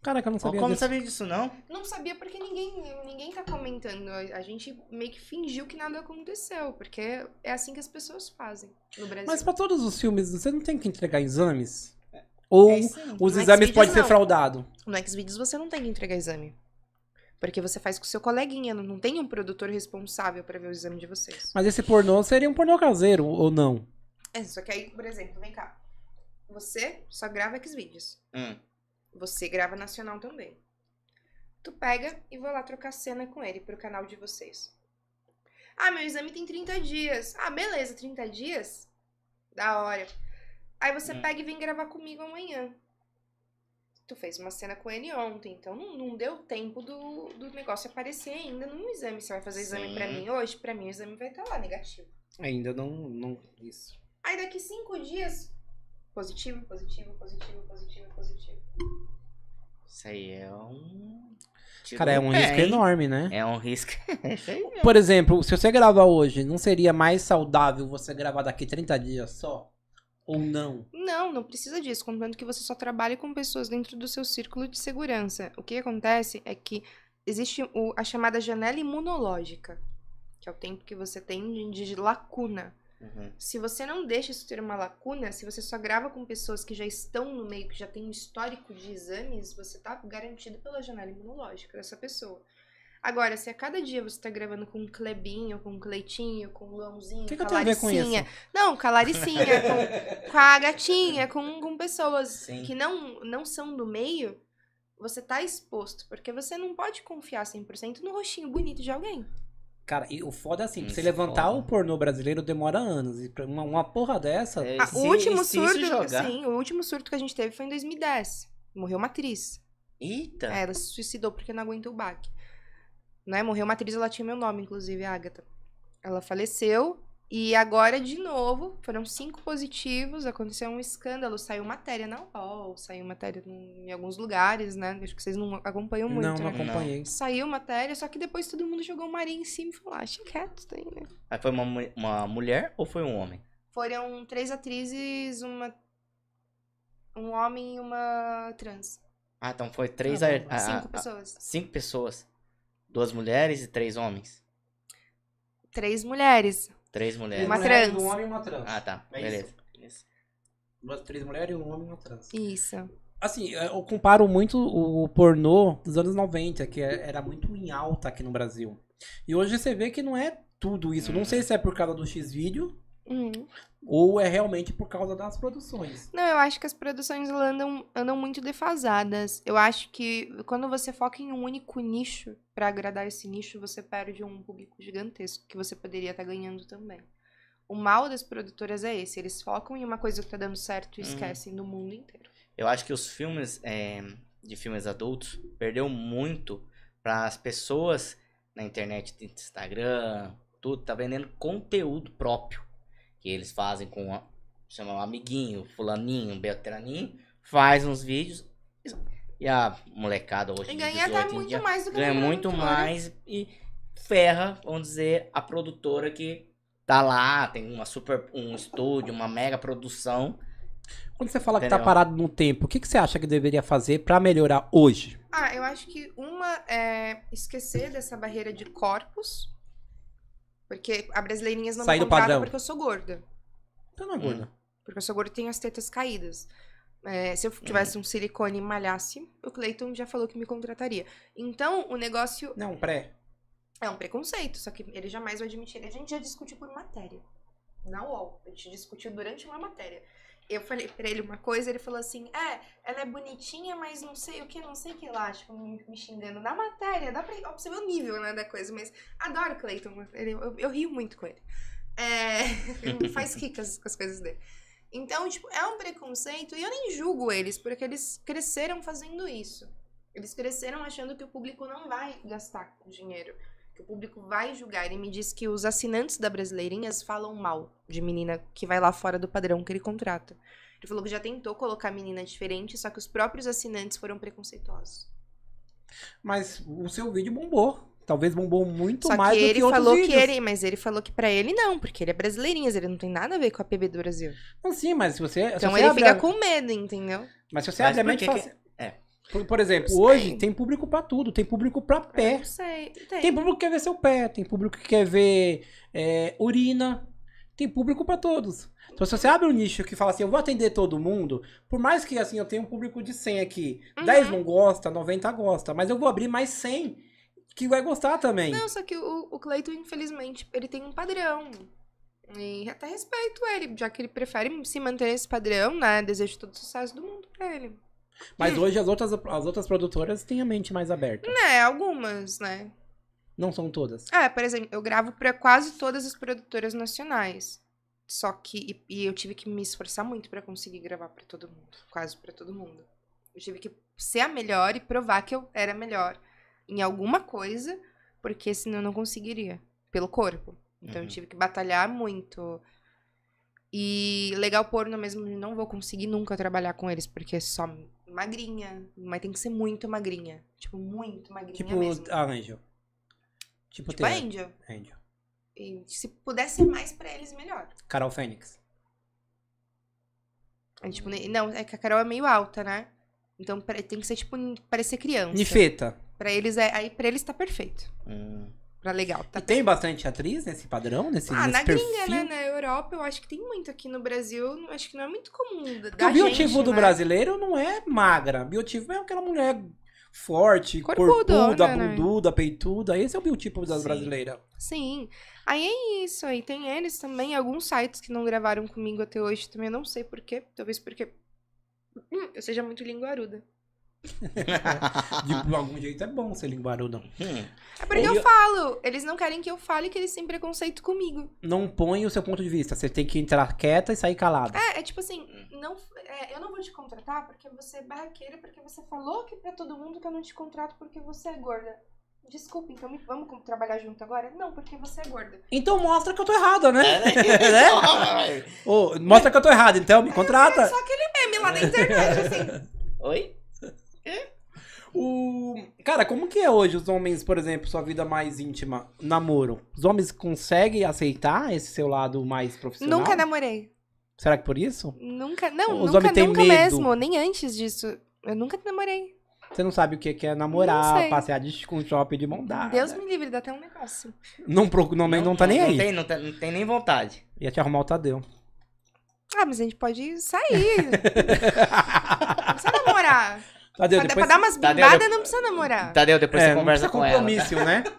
Caraca, eu não
Ó,
sabia
Como não
disso.
sabia disso, não?
Não sabia porque ninguém, ninguém tá comentando. A a gente meio que fingiu que nada aconteceu, porque é assim que as pessoas fazem no Brasil.
Mas pra todos os filmes, você não tem que entregar exames? Ou
É isso aí.
os
Mas
exames
vídeos
podem ser
não.
fraudados?
No Xvideos você não tem que entregar exame. Porque você faz com o seu coleguinha, não- não tem um produtor responsável pra ver o exame de vocês.
Mas esse pornô seria um pornô caseiro, ou não?
É, só que aí, por exemplo, vem cá. Você só grava Xvideos.
Hum.
Você grava nacional também. Tu pega e vou lá trocar cena com ele pro canal de vocês. Ah, meu exame tem 30 dias. Ah, beleza, 30 dias? Da hora. Aí você
Hum.
pega e vem gravar comigo amanhã. Tu fez uma cena com ele ontem, então não, não deu tempo do, do negócio aparecer ainda num exame. Você vai fazer exame pra
Sim.
mim hoje? Pra mim o exame vai estar lá, negativo.
Ainda não, não. Isso.
Aí daqui cinco dias, positivo, positivo, positivo, positivo, positivo.
Isso aí é um. tiro
Cara, é
no
um
pé,
risco
hein?
enorme, né?
É um risco. [laughs] É isso aí mesmo.
Por exemplo, se você gravar hoje, não seria mais saudável você gravar daqui 30 dias só? Ou não?
Não, não precisa disso, contanto que você só trabalhe com pessoas dentro do seu círculo de segurança. O que acontece é que existe o- a chamada janela imunológica, que é o tempo que você tem de, de lacuna.
Uhum.
Se você não deixa isso ter uma lacuna, se você só grava com pessoas que já estão no meio, que já tem um histórico de exames, você tá garantido pela janela imunológica dessa pessoa. Agora, se a cada dia você tá gravando com um Clebinho, com um Cleitinho, com um Leãozinho,
O que, que
com
eu
a
tenho a ver com isso?
Laricinha, não, com a Laricinha, com, com a gatinha, com, com pessoas
Sim.
que não, não são do meio, você tá exposto. Porque você não pode confiar 100% no rostinho bonito de alguém.
Cara, e o foda é assim, pra você
Isso é
levantar
foda.
o pornô brasileiro demora anos. E pra uma, uma porra dessa.
É,
Ah,
se-
o último
se isso
surto,
jogar-
sim, o último surto que a gente teve foi em 2010. Morreu uma atriz.
Eita!
É, ela se suicidou porque não aguentou o baque. Né? Morreu uma atriz, ela tinha meu nome, inclusive, a Agatha. Ela faleceu. E agora, de novo, foram cinco positivos, aconteceu um escândalo, saiu matéria na UOL, saiu matéria em em alguns lugares, né? Acho que vocês não acompanham muito,
não, não
né?
acompanhei.
Saiu matéria, só que depois todo mundo jogou o marinho em cima e falou, ah, deixa quieto isso daí, né?
Mas foi uma, mu- uma mulher ou foi um homem?
Foram três atrizes, uma... Um homem e uma trans.
Ah, então foi três.
Ah,
ar-
bom,
a-
Tá Cinco
a-
pessoas.
cinco pessoas. Duas mulheres e três homens.
Três mulheres.
Três mulheres.
Uma mulher, trans.
Um
um
homem e uma trans.
É. Ah, tá.
É
Beleza. Isso.
Três mulheres e um homem e uma trans.
Isso.
Assim, eu comparo muito o pornô dos anos 90, que é, era muito em alta aqui no Brasil. E hoje você vê que não é tudo isso. Não
Uhum.
sei se é por causa do X-Vídeo
Uhum.
ou é realmente por causa das produções.
Não, eu acho que as produções elas andam, andam muito defasadas. Eu acho que quando você foca em um único nicho, pra agradar esse nicho, você perde um público gigantesco que você poderia estar ganhando também. O mal das produtoras é esse, eles focam em uma coisa que tá dando certo e
Uhum.
esquecem do mundo inteiro.
Eu acho que os filmes é, de filmes adultos perdeu muito para as pessoas na internet, no Instagram, tudo, tá vendendo conteúdo próprio. Que eles fazem com a, chama um amiguinho, fulaninho, um beltraninho, faz uns vídeos e a molecada hoje
E
de
ganha até
18 em
muito
dia,
mais do que
ganha
na
muito
produtora.
mais e ferra, vamos dizer, a produtora que tá lá, tem uma super um estúdio, uma mega produção
Quando você fala que tá
Entendeu?
parado no tempo, o que, que você acha que deveria fazer pra melhorar hoje?
Ah, eu acho que uma é esquecer dessa barreira de corpos. Porque a brasileirinhas não
Sair
me
do
contrata
padrão.
porque eu sou gorda.
Tá na
Hum.
gorda.
Porque eu sou gorda e tenho as tetas caídas. É, se eu tivesse um silicone e malhasse, o Clayton já falou que me contrataria. Então, o negócio
Não, pré.
é um preconceito, só que ele jamais vai admitir. A gente já discutiu por matéria. Na UOL. A gente discutiu durante uma matéria. eu falei pra ele uma coisa, ele falou assim: é, ela é bonitinha, mas não sei o que, não sei o que lá, tipo, me, me xingando na matéria, dá pra ó, pra você ver o nível, né, da coisa, mas adoro o Clayton, ele- eu, eu rio muito com ele. É, [laughs] ele me faz ricas com as coisas dele. Então, tipo, é um preconceito, e eu nem julgo eles, porque eles cresceram fazendo isso. Eles cresceram achando que o público não vai gastar dinheiro, que o público vai julgar. Ele me diz que os assinantes da Brasileirinhas falam mal de menina que vai lá fora do padrão que ele contrata. Ele falou que já tentou colocar menina diferente, só que os próprios assinantes foram preconceituosos.
Mas o seu vídeo bombou. Talvez bombou muito
só
mais
que
do
ele
que outros
falou que
vídeos.
ele, mas ele falou que pra ele não, porque ele é Brasileirinhas, ele não tem nada a ver com a PB do Brasil.
Não, sim, mas se você. se
Então
você
ele
abre
fica
a-
com medo, entendeu?
Mas se você
Mas
abre a
por
mente e
que
fala
que-
assim.
é.
Por, por exemplo,
Não
hoje
sei.
tem público pra tudo. Tem público pra
Eu
pé.
Não sei. Tem.
Tem público que quer ver seu pé. Tem público que quer ver é, urina. Tem público pra todos. Então, se você abre um nicho que fala assim, eu vou atender todo mundo, por mais que assim eu tenha um público de 100 aqui,
Uhum.
10 não gosta, 90 gosta, mas eu vou abrir mais 100 que vai gostar também.
Não, só que o, o Cleiton, infelizmente, ele tem um padrão. E até respeito ele, já que ele prefere se manter nesse padrão, né? Desejo todo o sucesso do mundo pra ele.
Mas hoje as outras, as outras produtoras têm a mente mais aberta.
Né, algumas, né?
Não são todas.
É, por exemplo, eu gravo pra quase todas as produtoras nacionais. Só que. E, e eu tive que me esforçar muito pra conseguir gravar pra todo mundo. Quase pra todo mundo. Eu tive que ser a melhor e provar que eu era a melhor em alguma coisa, porque senão eu não conseguiria. Pelo corpo. Então
Uhum.
eu tive que batalhar muito. E legal porno mesmo, eu não vou conseguir nunca trabalhar com eles, porque é só magrinha. Mas tem que ser muito magrinha. Tipo, muito magrinha
Tipo
mesmo.
a Angel. Tipo,
Tipo a
tem
Angel.
Angel.
E se pudesse mais pra eles, melhor.
Carol Fênix.
É, tipo,
Hum.
ne- não, é que a Carol é meio alta, né? Então pra- tem que ser, tipo, n- parecer criança.
Nifeta.
Pra eles, é, aí pra eles tá perfeito.
Hum. [laughs]
Pra legal, tá
E tem bastante atriz nesse padrão, nesse,
Ah,
nesse
na
perfil?
gringa, né? Na Europa, eu acho que tem muito aqui no Brasil. não- Acho que não é muito comum da
Porque
da
o
gente,
biotipo do
né?
brasileiro não é magra. O biotipo é aquela mulher forte,
Corpudona,
corpuda,
né?
bunduda, peituda. Esse é o biotipo das
Sim.
brasileiras.
Sim. Aí é isso. Aí tem eles também. Alguns sites que não gravaram comigo até hoje também. Eu não sei porquê. Talvez porque hum, eu seja muito linguaruda. Ah.
De, algum jeito é bom ser linguarudão.
Hum.
É porque
Eu-
eu falo. Eles não querem que eu fale que eles têm preconceito comigo.
Não põe o seu ponto de vista. Você tem que entrar quieta e sair calada.
É, é tipo assim,
Hum.
não, é, eu não vou te contratar porque você é barraqueira, porque você falou que é pra todo mundo que eu não te contrato porque você é gorda. Desculpa, então me- vamos com- trabalhar junto agora? Não, porque você é gorda.
Então mostra que eu tô errada, né?
É.
Né?
Ô, mostra que eu tô errada, então me contrata.
É, Só aquele meme lá na
É.
internet,
[laughs]
assim.
Oi?
O... Cara, como que é hoje os homens, por exemplo, sua vida mais íntima, namoro? Os homens conseguem aceitar esse seu lado mais profissional?
Nunca namorei.
Será que por isso?
Nunca, não,
Os homens
nunca,
têm
nunca
medo.
mesmo. Nem antes disso. Eu nunca namorei.
Você não sabe o que que é
Não
namorar,
sei.
passear de, com shopping de mão dada.
Deus me livre, dá até um negócio.
Não, procu- não, não, tá nem
não
aí.
Tem, não, tá- não tem nem vontade.
Ia te arrumar o Tadeu.
Ah, mas a gente pode [laughs] sair. não precisa namorar.
Tadeu,
pra, pra
depois...
dar umas
Tadeu,
bimbadas,
eu-
não precisa namorar.
Tadeu, depois
é,
você
não
conversa
precisa
com ela. tá?
compromisso, né? [laughs]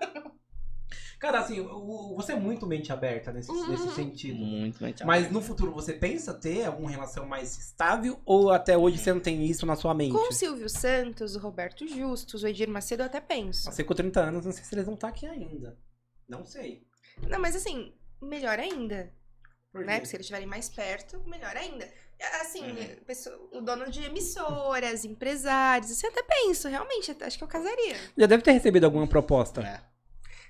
Cara, assim, o- o- você é muito mente aberta nesse,
Uhum.
nesse sentido.
Muito, muito.
Mas no futuro você pensa ter alguma relação mais estável ou até hoje você não tem isso na sua mente?
Com o Silvio Santos, o Roberto Justus, o Edir Macedo, eu até penso.
Passei com 30 anos, não sei se eles vão estar aqui ainda. Não sei.
Não, mas assim, melhor ainda,
Por
né?
quê?
Se eles estiverem mais perto, melhor ainda. Assim,
Uhum.
pessoa- o dono de emissoras, empresários, assim, eu até penso, realmente, até- acho que eu casaria.
Já deve ter recebido alguma proposta.
É.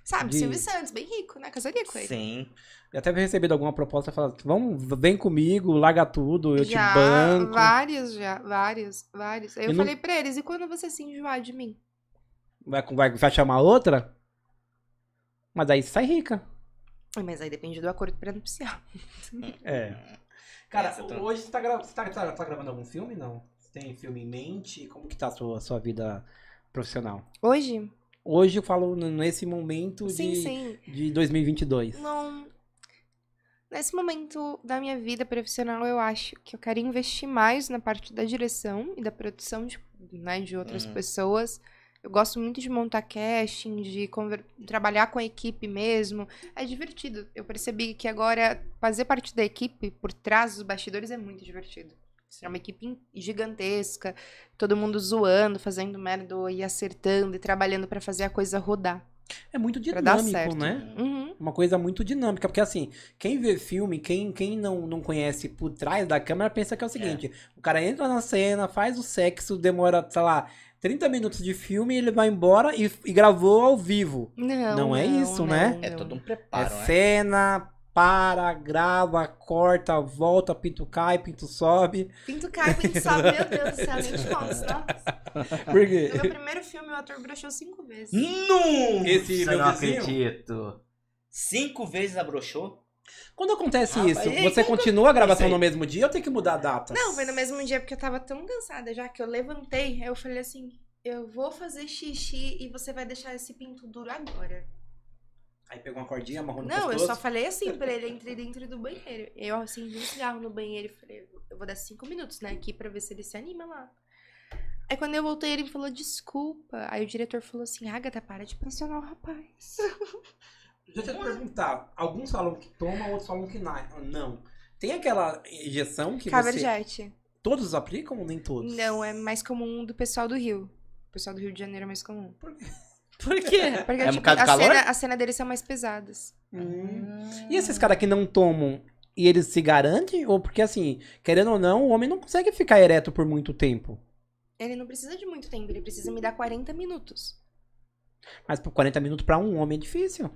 Sabe,
De-
Silvio Santos, bem rico, né? Casaria com ele.
Sim.
Já deve ter recebido alguma proposta falando, vamos, vem comigo, larga tudo, eu
já,
te banco.
vários, já, vários, vários. Aí eu,
Eu não-
falei pra eles, e quando você se enjoar de mim?
Vai, vai, vai chamar outra? Mas aí você sai rica.
Ah, Mas aí depende do acordo prenupcial.
É.
Cara, Essa tu-
hoje você tá, gravando algum filme, não? Você tem filme em mente? Como que tá a sua, sua vida profissional?
Hoje?
Hoje eu falo n- nesse momento
Sim,
de,
sim.
de 2022.
Não. Nesse momento da minha vida profissional, eu acho que eu quero investir mais na parte da direção e da produção de, né, de outras
Uhum.
pessoas. Eu gosto muito de montar casting, de conver- trabalhar com a equipe mesmo. É divertido. Eu percebi que agora fazer parte da equipe por trás dos bastidores é muito divertido. É uma equipe in- gigantesca, todo mundo zoando, fazendo merda e acertando e trabalhando pra fazer a coisa rodar.
É muito
Pra dar
dinâmico,
certo.
né?
Hum.
Uhum.
Uma coisa muito dinâmica, porque assim, quem vê filme, quem, quem não, não conhece por trás da câmera, pensa que é o seguinte: o cara entra na cena, faz o sexo, demora, sei lá, 30 minutos de filme, ele vai embora e, e gravou ao vivo.
Não,
Não é isso, né?
É
não.
todo um preparo,
é
né?
cena, para, grava, corta, volta, pinto cai, pinto [laughs] sobe.
Pinto cai, pinto sobe, meu Deus do céu, nem te conto, tá?
Por quê?
No meu primeiro filme, o ator broxou cinco vezes.
Hum.
Não!
Esse meu
não
vizinho?
acredito. Cinco vezes abrochou?
Quando acontece
Ah,
isso,
mas e aí,
você
quando-
continua a gravação
Isso
no
aí.
mesmo dia ou tem que mudar a data?
Não, foi no mesmo dia, porque eu tava tão cansada já que eu levantei, eu falei assim, eu vou fazer xixi e você vai deixar esse pinto duro agora.
Aí pegou uma cordinha, amarrou no
Não, eu
pescoço.
só falei assim pra ele, entrei dentro do banheiro. Eu acendi um cigarro no banheiro e falei, eu vou dar cinco minutos, né, aqui pra ver se ele se anima lá. Aí quando eu voltei, ele me falou, desculpa. Aí o diretor falou assim, Agatha, para de pressionar o rapaz.
Deixa
Hum.
eu te perguntar. Alguns falam que toma, outros falam que na- não. Tem aquela injeção que você...
Caberjete.
Todos aplicam ou nem todos?
Não, é mais comum do pessoal do Rio. O pessoal do Rio de Janeiro é mais comum.
[laughs] Por quê?
Porque,
É por
tipo,
causa do
a,
calor?
cena, a cena deles são mais pesadas.
Hum. E esses caras que não tomam, e eles se garantem? Ou porque assim, querendo ou não, o homem não consegue ficar ereto por muito tempo.
Ele não precisa de muito tempo, ele precisa me dar 40 minutos.
Mas por 40 minutos pra um homem é difícil.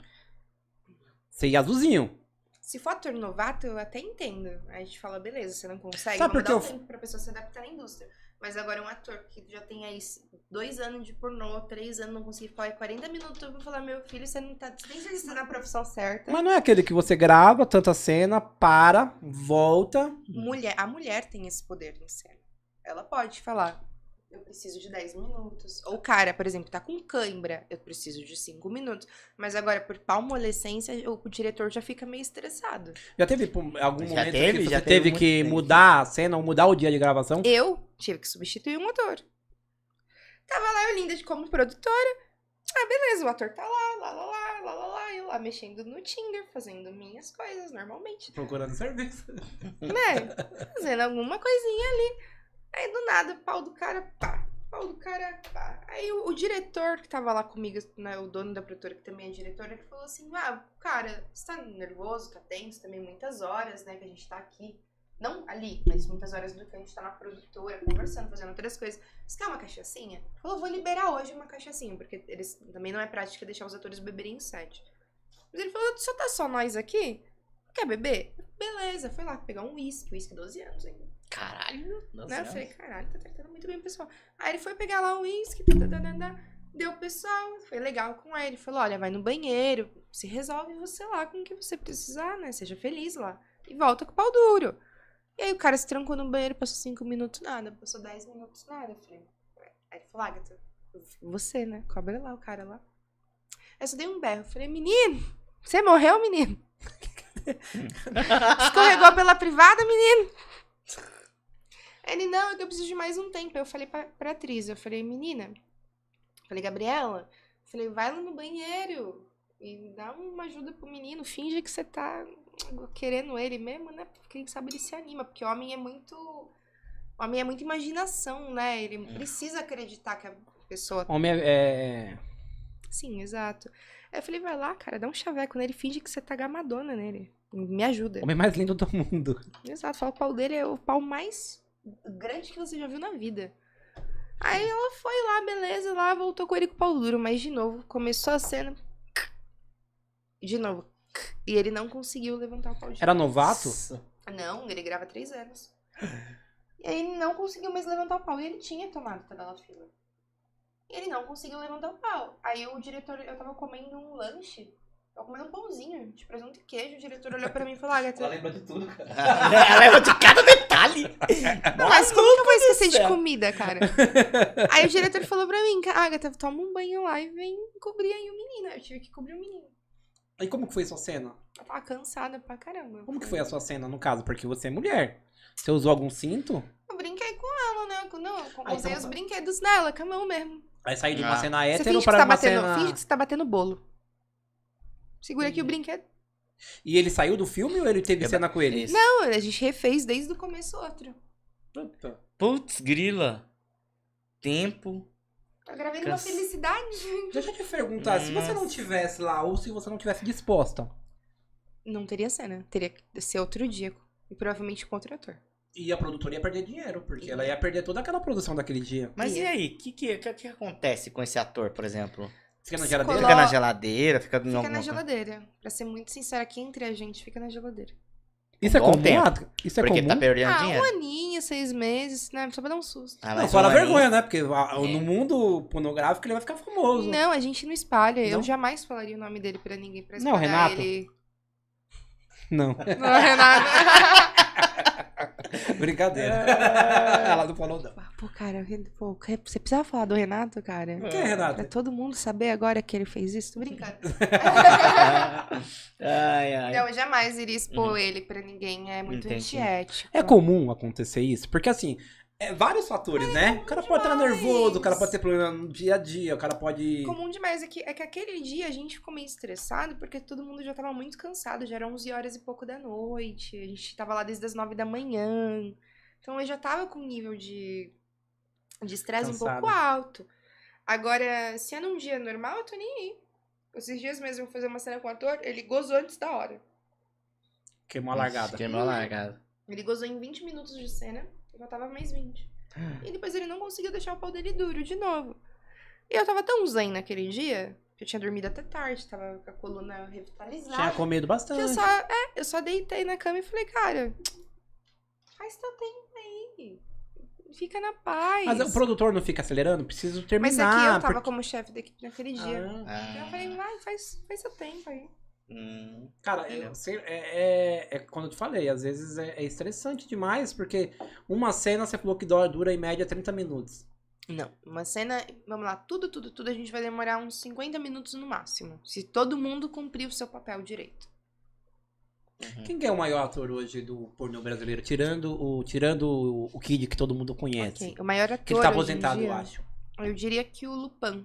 Você ia azulzinho.
Se for ator novato, eu até entendo. Aí a gente fala, beleza, você não consegue.
Sabe
Vamos
por que
dar um
eu f-
tempo pra pessoa se adaptar à indústria. Mas agora um ator que já tem aí dois anos de pornô, três anos, não conseguir falar em 40 minutos, eu vou falar, meu filho, você não tá nem se você tá na profissão certa.
Mas não é aquele que você grava tanta cena, para, volta.
Mulher, a mulher tem esse poder no cena. Ela pode falar, eu preciso de 10 minutos. Ou o cara, por exemplo, tá com cãibra, eu preciso de 5 minutos. Mas agora, por palmolescência, o, o diretor já fica meio estressado.
Já teve pô, algum
Já
momento
teve,
que você
já teve
teve,
muito
que
tempo.
mudar a cena ou mudar o dia de gravação?
Eu tive que substituir um ator. Tava lá eu linda de como produtora. Ah, beleza, o ator tá lá, lá, lá, lá, lá, lá, lá, eu lá mexendo no Tinder, fazendo minhas coisas normalmente.
Procurando serviço.
né? Fazendo alguma coisinha ali. Aí do nada, pau do cara, pá. Pau do cara, pá. Aí o, o diretor que tava lá comigo, né, o dono da produtora, que também é diretor, ele falou assim: Ah, cara, você tá nervoso, tá tenso também, muitas horas, né, que a gente tá aqui. Não ali, mas muitas horas do que a gente tá na produtora, conversando, fazendo outras coisas. Você quer uma cachaçinha? Ele Falou, vou liberar hoje uma cachaçinha, porque eles também não é prática deixar os atores beberem em sete. Mas ele falou, só tá só nós aqui? Quer beber? Beleza, foi lá pegar um uísque, uísque 12 anos ainda.
Caralho! Nossa,
Né? Eu
não. [laughs]
falei, caralho, tá tratando muito bem o pessoal. Aí ele foi pegar lá o uísque, tá, tá, tá, tá, tá. deu o pessoal, foi legal com ele. Falou, olha, vai no banheiro, se resolve você lá com o que você precisar, né? Seja feliz lá. E volta com o pau duro. E aí o cara se trancou no banheiro, passou 5 minutos, nada. Passou 10 minutos, nada. Eu falei, ué. aí ele falou, "Ah, Agatha, você, né? Cobra lá o cara lá. Aí eu só dei um berro. Eu falei, menino, você morreu, menino? Escorregou pela privada, ele, não, é que eu preciso de mais um tempo. Eu falei pra, pra atriz, eu falei, menina, eu falei, Gabriela, eu falei, vai lá no banheiro e dá uma ajuda pro menino, finge que você tá querendo ele mesmo, né? Porque quem sabe ele se anima, porque o homem é muito. O homem é muita imaginação, né? Ele precisa acreditar que a pessoa
Homem é. é-
Sim, exato. Aí eu falei, vai lá, cara, dá um chaveco nele, finge que você tá gamadona nele. Me ajuda.
é, Homem mais lindo do mundo.
Exato, fala que o pau dele é o pau mais grande que você já viu na vida. Aí ela foi lá, beleza, lá voltou com ele com o pau duro, mas de novo, começou a cena. De novo. E ele não conseguiu levantar o pau de
Era novato?
Não, ele grava há três anos. E aí ele não conseguiu mais levantar o pau. E ele tinha tomado tabelafila. E ele não conseguiu levantar o pau. Aí o diretor, eu tava comendo um lanche. Eu comendo um pãozinho de presunto e queijo. O diretor olhou pra mim e falou: "Ah, Agatha,
lembra de tudo, cara.
Ela leva de cada detalhe.
Não,
é
mas como que eu vou esquecer de
céu.
comida, cara? aí o diretor falou pra mim, Agatha, toma um banho lá e vem cobrir aí o menino. Eu tive que cobrir o menino.
E como que foi sua cena?
Eu tava cansada pra caramba.
Como que foi a sua cena, no caso? Porque você é mulher. Você usou algum cinto?
Eu brinquei com ela, né? Eu- Não, eu
Ah,
usei
então
os
tá.
brinquedos dela, com a mão mesmo.
Vai sair de uma
Ah.
cena
Você
hétero
finge que, você
pra
tá
uma
batendo,
cena...
finge que você tá batendo bolo. Segura aqui o brinquedo.
E ele saiu do filme ou ele teve
Quebra-
cena com ele?
Isso.
Não, a gente refez desde o começo outro.
Puta.
Putz, grila. Tempo.
Eu gravei
numa
numa
Cansa-
Tá felicidade.
Deixa eu te perguntar, se você não
Nossa.
tivesse lá ou se você não tivesse disposta,
Não teria cena. Teria que ser outro dia. E provavelmente com outro ator.
e a produtora ia perder dinheiro, porque ela ia perder toda aquela produção daquele dia.
Mas
E-
e aí? O que, que, que, que acontece com esse ator, por exemplo?
Fica na geladeira?
Colo-
Fica na geladeira? Fica, em
Fica
alguma
na
coisa?
geladeira. Pra ser muito sincera, aqui entre a gente, fica na geladeira.
Isso é
Um bom
comum?
tempo.
Adri? Isso é
Porque
comum?
tá perdendo
Ah, um
dinheiro.
aninho, seis meses, né? Só pra dar um susto.
Ah,
Não,
mas
fora
um
a
aninho-
vergonha, né? Porque ah, no mundo pornográfico ele vai ficar famoso.
É. Não, a gente não espalha. Eu
Não?
jamais falaria o nome dele pra ninguém pra
Não,
espalhar
Renato.
ele.
Não,
Não,
[laughs]
Renato.
brincadeira.
É.
[laughs] ela não falou não.
Ah, Pô, cara, o Ren- pô, você precisava falar do Renato, cara?
Quem é,
Pra
Renato?
todo mundo saber agora que ele fez isso? Tô brincando.
[laughs]
tá?
ai, ai.
Não, eu jamais iria expor
Uhum.
ele pra ninguém. É muito
Entendi.
antiético.
É comum acontecer isso, porque assim, é vários fatores, né? O cara pode estar
demais.
nervoso, o cara pode ter problema no dia a dia, o cara pode...
comum demais é que, é que aquele dia a gente ficou meio estressado porque todo mundo já tava muito cansado, já era 11 horas e pouco da noite, a gente tava lá desde as 9 da manhã. Então eu já tava com um nível de de estresse um
Cansada.
pouco alto. Agora, se é num dia normal, eu tô nem aí. Esses dias mesmo eu fui fazer uma cena com o ator, ele gozou antes da hora.
Queimou a largada.
Queimou a largada.
Ele gozou em 20 minutos de cena, eu já tava mais 20.
Ah.
E depois ele não conseguiu deixar o pau dele duro de novo. E eu tava tão zen naquele dia, que eu tinha dormido até tarde, tava com a coluna
Tinha
revitalizada.
comido
que eu
bastante.
só, é, eu só deitei na cama e falei, cara, faz teu tempo aí. Fica na paz.
Mas o produtor não fica acelerando? Preciso terminar.
Mas aqui eu tava
porque-
como chefe da equipe naquele dia.
Ah,
Então eu falei, vai, faz, faz seu tempo aí.
Hum,
cara, eu sei- é, é, é quando eu te falei, às vezes é, é estressante demais, porque uma cena você falou que dó- dura em média 30 minutos.
Não, uma cena, vamos lá, tudo, tudo, tudo, a gente vai demorar uns 50 minutos no máximo. Se todo mundo cumprir o seu papel direito.
uhum.
Quem que é o maior ator hoje do pornô brasileiro? Tirando o, tirando o- o Kid, que todo mundo conhece.
Ok, O maior ator.
Que ele tá
hoje em
aposentado,
dia,
eu acho.
Eu diria que o Lupan.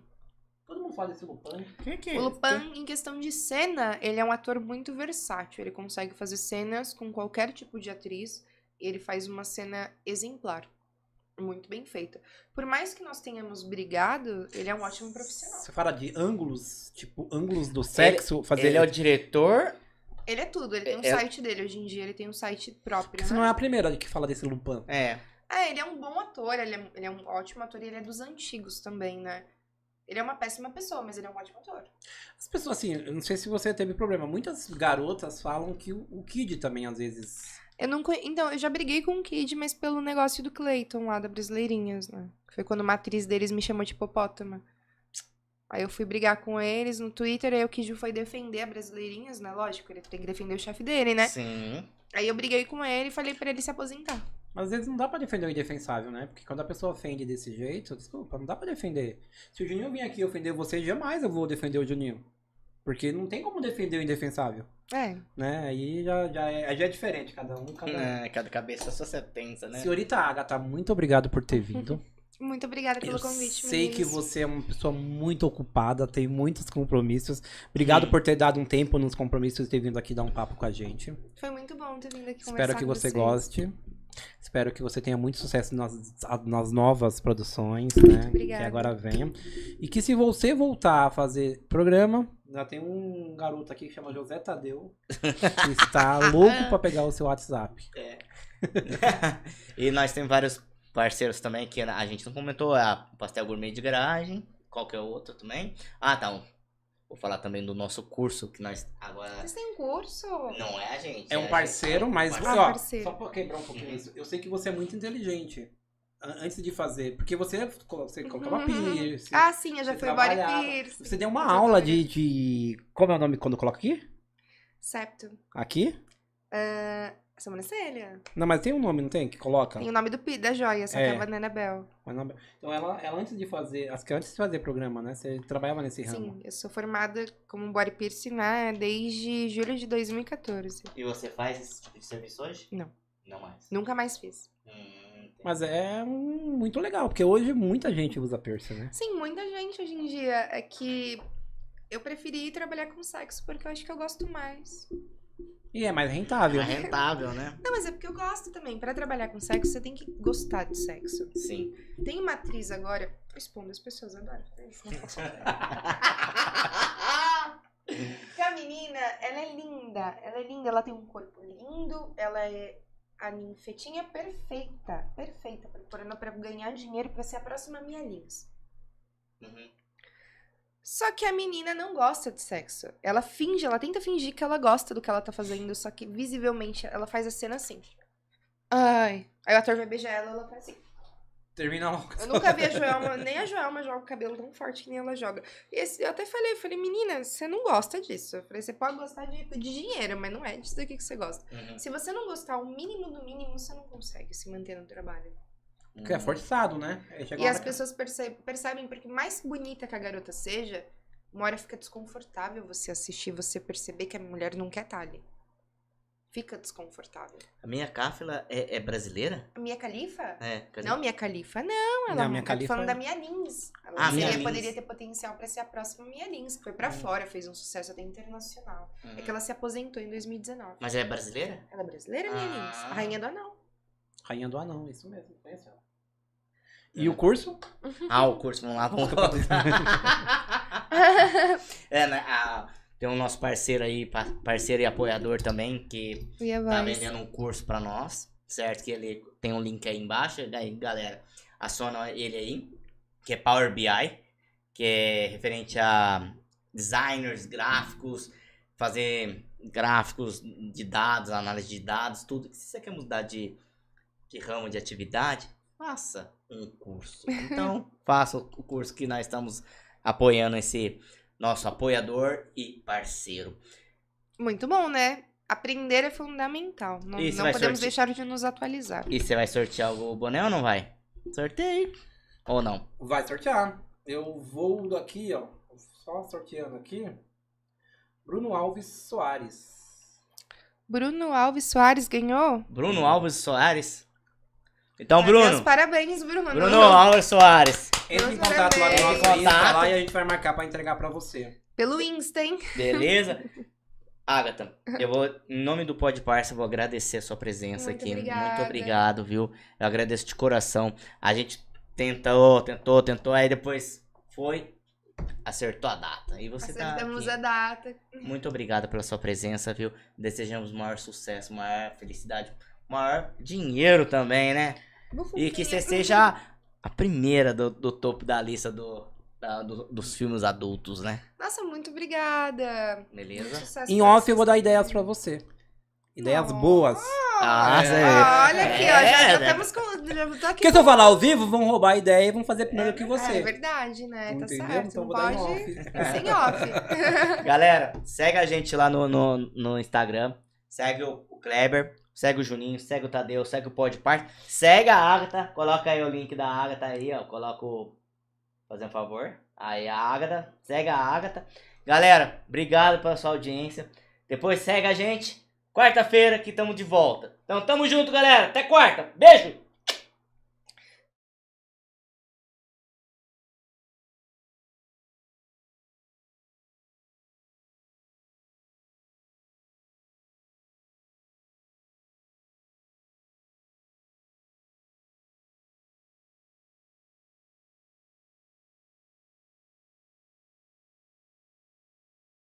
Todo mundo fala desse Lupin.
Quem que é
O
esse?
Lupan, em questão de cena, ele é um ator muito versátil. Ele consegue fazer cenas com qualquer tipo de atriz. E ele faz uma cena exemplar. Muito bem feita. Por mais que nós tenhamos brigado, ele é um ótimo profissional.
Você fala de ângulos, tipo, ângulos do sexo, fazer...
Ele é o diretor?
Ele é tudo, ele tem um
É-
site dele. Hoje em dia ele tem um site próprio.
Você
né?
não é a primeira que fala desse Lupin.
É.
É, ele é um bom ator, ele é, ele é um ótimo ator e ele é dos antigos também, né? Ele é uma péssima pessoa, mas ele é um ótimo ator.
As pessoas, assim, eu não sei se você teve problema, muitas garotas falam que o, o Kid também, às vezes...
Eu não conhe- Então, eu já briguei com o Kid, mas pelo negócio do Clayton lá da Brasileirinhas, né? Que Foi quando uma atriz deles me chamou de hipopótama. Aí eu fui brigar com eles no Twitter, aí o Kid foi defender a Brasileirinhas, né? Lógico, ele tem que defender o chefe dele, né?
Sim.
Aí eu briguei com ele e falei pra ele se aposentar.
Mas às vezes não dá pra defender o indefensável, né? Porque quando a pessoa ofende desse jeito, desculpa, não dá pra defender. Se o Juninho vir aqui ofender você, jamais eu vou defender o Juninho. Porque não tem como defender o indefensável,
É.
né? Aí já, já, é, aí já é diferente, cada um,
Tá
cada um.
É, cada cabeça só se tensa, né?
Senhorita Agatha, muito obrigado por ter vindo.
Muito [laughs] obrigada pelo
Eu
convite,
sei que
meninos.
você é uma pessoa muito ocupada, tem muitos compromissos. Obrigado
Hum.
por ter dado um tempo nos compromissos e ter vindo aqui dar um papo com a gente.
Foi muito bom ter vindo aqui conversar
Espero que
com
você
vocês.
goste. Espero que você tenha muito sucesso nas, nas novas produções, né?
obrigada.
Que agora venha. E que se você voltar a fazer programa. Já tem um garoto aqui que chama José Tadeu. que
[laughs]
está louco pra pegar o seu WhatsApp.
E nós temos vários parceiros também que a gente não comentou. é A Pastel Gourmet de Garagem, qualquer outro também. Ah, tá. um- Vou falar também do nosso curso que nós agora...
Vocês têm um curso?
Não é a gente.
É um
a
parceiro,
gente.
mas
Parceiro.
ó,
É parceiro.
só pra quebrar um pouquinho isso, eu sei que você é muito inteligente a- antes de fazer, porque você, você colocava
Uhum.
piercing,
Ah, sim, eu já
Você
fui body
trabalhava.
piercing.
você deu uma aula de, de... como é o nome quando coloca aqui?
Septo.
Aqui?
Sobrancelha.
Não, mas tem um nome, não tem? Que coloca?
Ah, Tem um o nome do pi da joia, só
É.
que é a Banana Bell.
Mas não- Então ela, ela antes de fazer, acho que antes de fazer programa, né, você trabalhava nesse ramo.
Sim, eu sou formada como body piercing né, desde julho de 2014.
E você faz esse tipo de serviço hoje?
Não.
Não mais.
Nunca mais fiz.
Hum,
Mas é um- muito legal, porque hoje muita gente usa piercing, né?
Sim, muita gente hoje em dia é que eu preferi trabalhar com sexo porque eu acho que eu gosto mais.
E é mais rentável.
É rentável, né?
Não, mas é porque eu gosto também. Pra trabalhar com sexo, você tem que gostar de sexo.
[laughs] [laughs] Sim.
Tem uma atriz agora. Expondo as pessoas,
[laughs]
adoro fazer isso. né? Que a menina, ela é linda. Ela é linda, ela tem um corpo lindo. Ela é a ninfetinha perfeita. Perfeita. Procurando pra ganhar dinheiro pra ser a próxima Mia Lins.
Uhum.
Só que a menina não gosta de sexo. Ela finge, ela tenta fingir que ela gosta do que ela tá fazendo, só que visivelmente ela faz a cena assim. Ai. Aí o ator vai beijar ela, ela faz assim.
Termina logo.
Eu nunca vi a Joelma, nem a Joelma joga o cabelo tão forte que nem ela joga. E esse- eu até falei, eu falei, menina, você não gosta disso. Eu falei, você pode gostar de, de dinheiro, mas não é disso daqui que você gosta.
Uhum.
Se você não gostar o mínimo do mínimo, você não consegue se manter no trabalho.
Porque é forçado, né? É chegar
E
uma
as
hora-
pessoas perce- percebem, porque mais bonita que a garota seja, uma hora fica desconfortável você assistir, você perceber que a mulher não quer talhe. Fica desconfortável.
A minha cáfila é, é brasileira?
A Mia Khalifa?
É, cadê?
Não, Mia Khalifa, não. Ela
Não, Mia
tá
Khalifa-
falando da Mia Lins. Ela
Ah,
seria-
Mia Lins.
poderia ter potencial pra ser a próxima Mia Lins, que foi pra
Hum.
fora, fez um sucesso até internacional.
Uhum.
É que ela se aposentou em 2019.
Mas ela é brasileira?
Ela é brasileira, Mia
Ah.
Lins? A rainha do
[laughs]
anão.
Rainha do anão, isso mesmo. conheço ela. E o curso?
Ah, o curso, vamos lá, vamos [laughs] Tá É, né, a- tem o nosso parceiro aí, pa- parceiro e apoiador também, que
e é a
tá
voz?
vendendo um curso pra nós, certo? Que ele tem um link aí embaixo, aí, galera, aciona ele aí, que é Power BI, que é referente a designers, gráficos, fazer gráficos de dados, análise de dados, tudo. Se você quer mudar de, de ramo de atividade, faça um curso. Então, faça o curso que nós estamos apoiando esse nosso apoiador e parceiro.
Muito bom, né? Aprender é fundamental. Não,
E você
não
vai
podemos
sorte-
deixar de nos atualizar.
E você vai sortear o boné ou não vai? Sorteio. Ou não?
[laughs] Vai sortear. Eu vou daqui, ó. Só sorteando aqui. Bruno Alves Soares.
Bruno Alves Soares ganhou?
Bruno Alves Soares. Então,
Ah, meus
Bruno.
parabéns, Bruno.
Bruno Alves Soares.
Entra em
Nossa,
contato lá no
parabéns.
nosso Insta
Contato.
lá e a gente vai marcar pra entregar pra você.
Pelo Insta, hein? [laughs]
Beleza? Agatha, eu vou, em nome do Pod Parça, eu vou agradecer a sua presença
Muito
aqui. Muito
obrigada.
obrigado, viu? Eu agradeço de coração. A gente tentou, tentou, tentou, aí depois foi, acertou a data. E você
Acertamos
tá
a
aqui.
data.
Muito obrigado pela sua presença, viu? Desejamos maior sucesso, maior felicidade, maior dinheiro também, né? E que
Uhum.
você seja a primeira do, do topo da lista do, da- do- dos filmes adultos, né?
Nossa, muito obrigada.
Beleza?
Sucesso
Em
pra
off eu
vocês
vou dar
também.
ideias pra você. Ideias
Nossa.
boas.
Ah,
é.
é.
Ah, olha aqui, ó. Já, já
né?
estamos com. Já tô aqui
Porque se eu falar ao vivo, vão roubar a ideia e vão fazer primeiro que
com- Ah, é
você.
verdade, né? Tá
Entendeu?
certo.
Então
não
vou dar em
pode.
off.
Sem off.
Galera, segue a gente lá no, no, no Instagram. Segue o, o Kleber, segue o Juninho, segue o Tadeu, segue o Podpart. Segue a Agatha. Coloca aí o link da Agatha aí, ó. Coloca o. Fazendo um favor. Aí a Agatha. Segue a Agatha. Galera, obrigado pela sua audiência. Depois segue a gente. Quarta-feira que estamos de volta. Então tamo junto, galera. Até quarta. Beijo!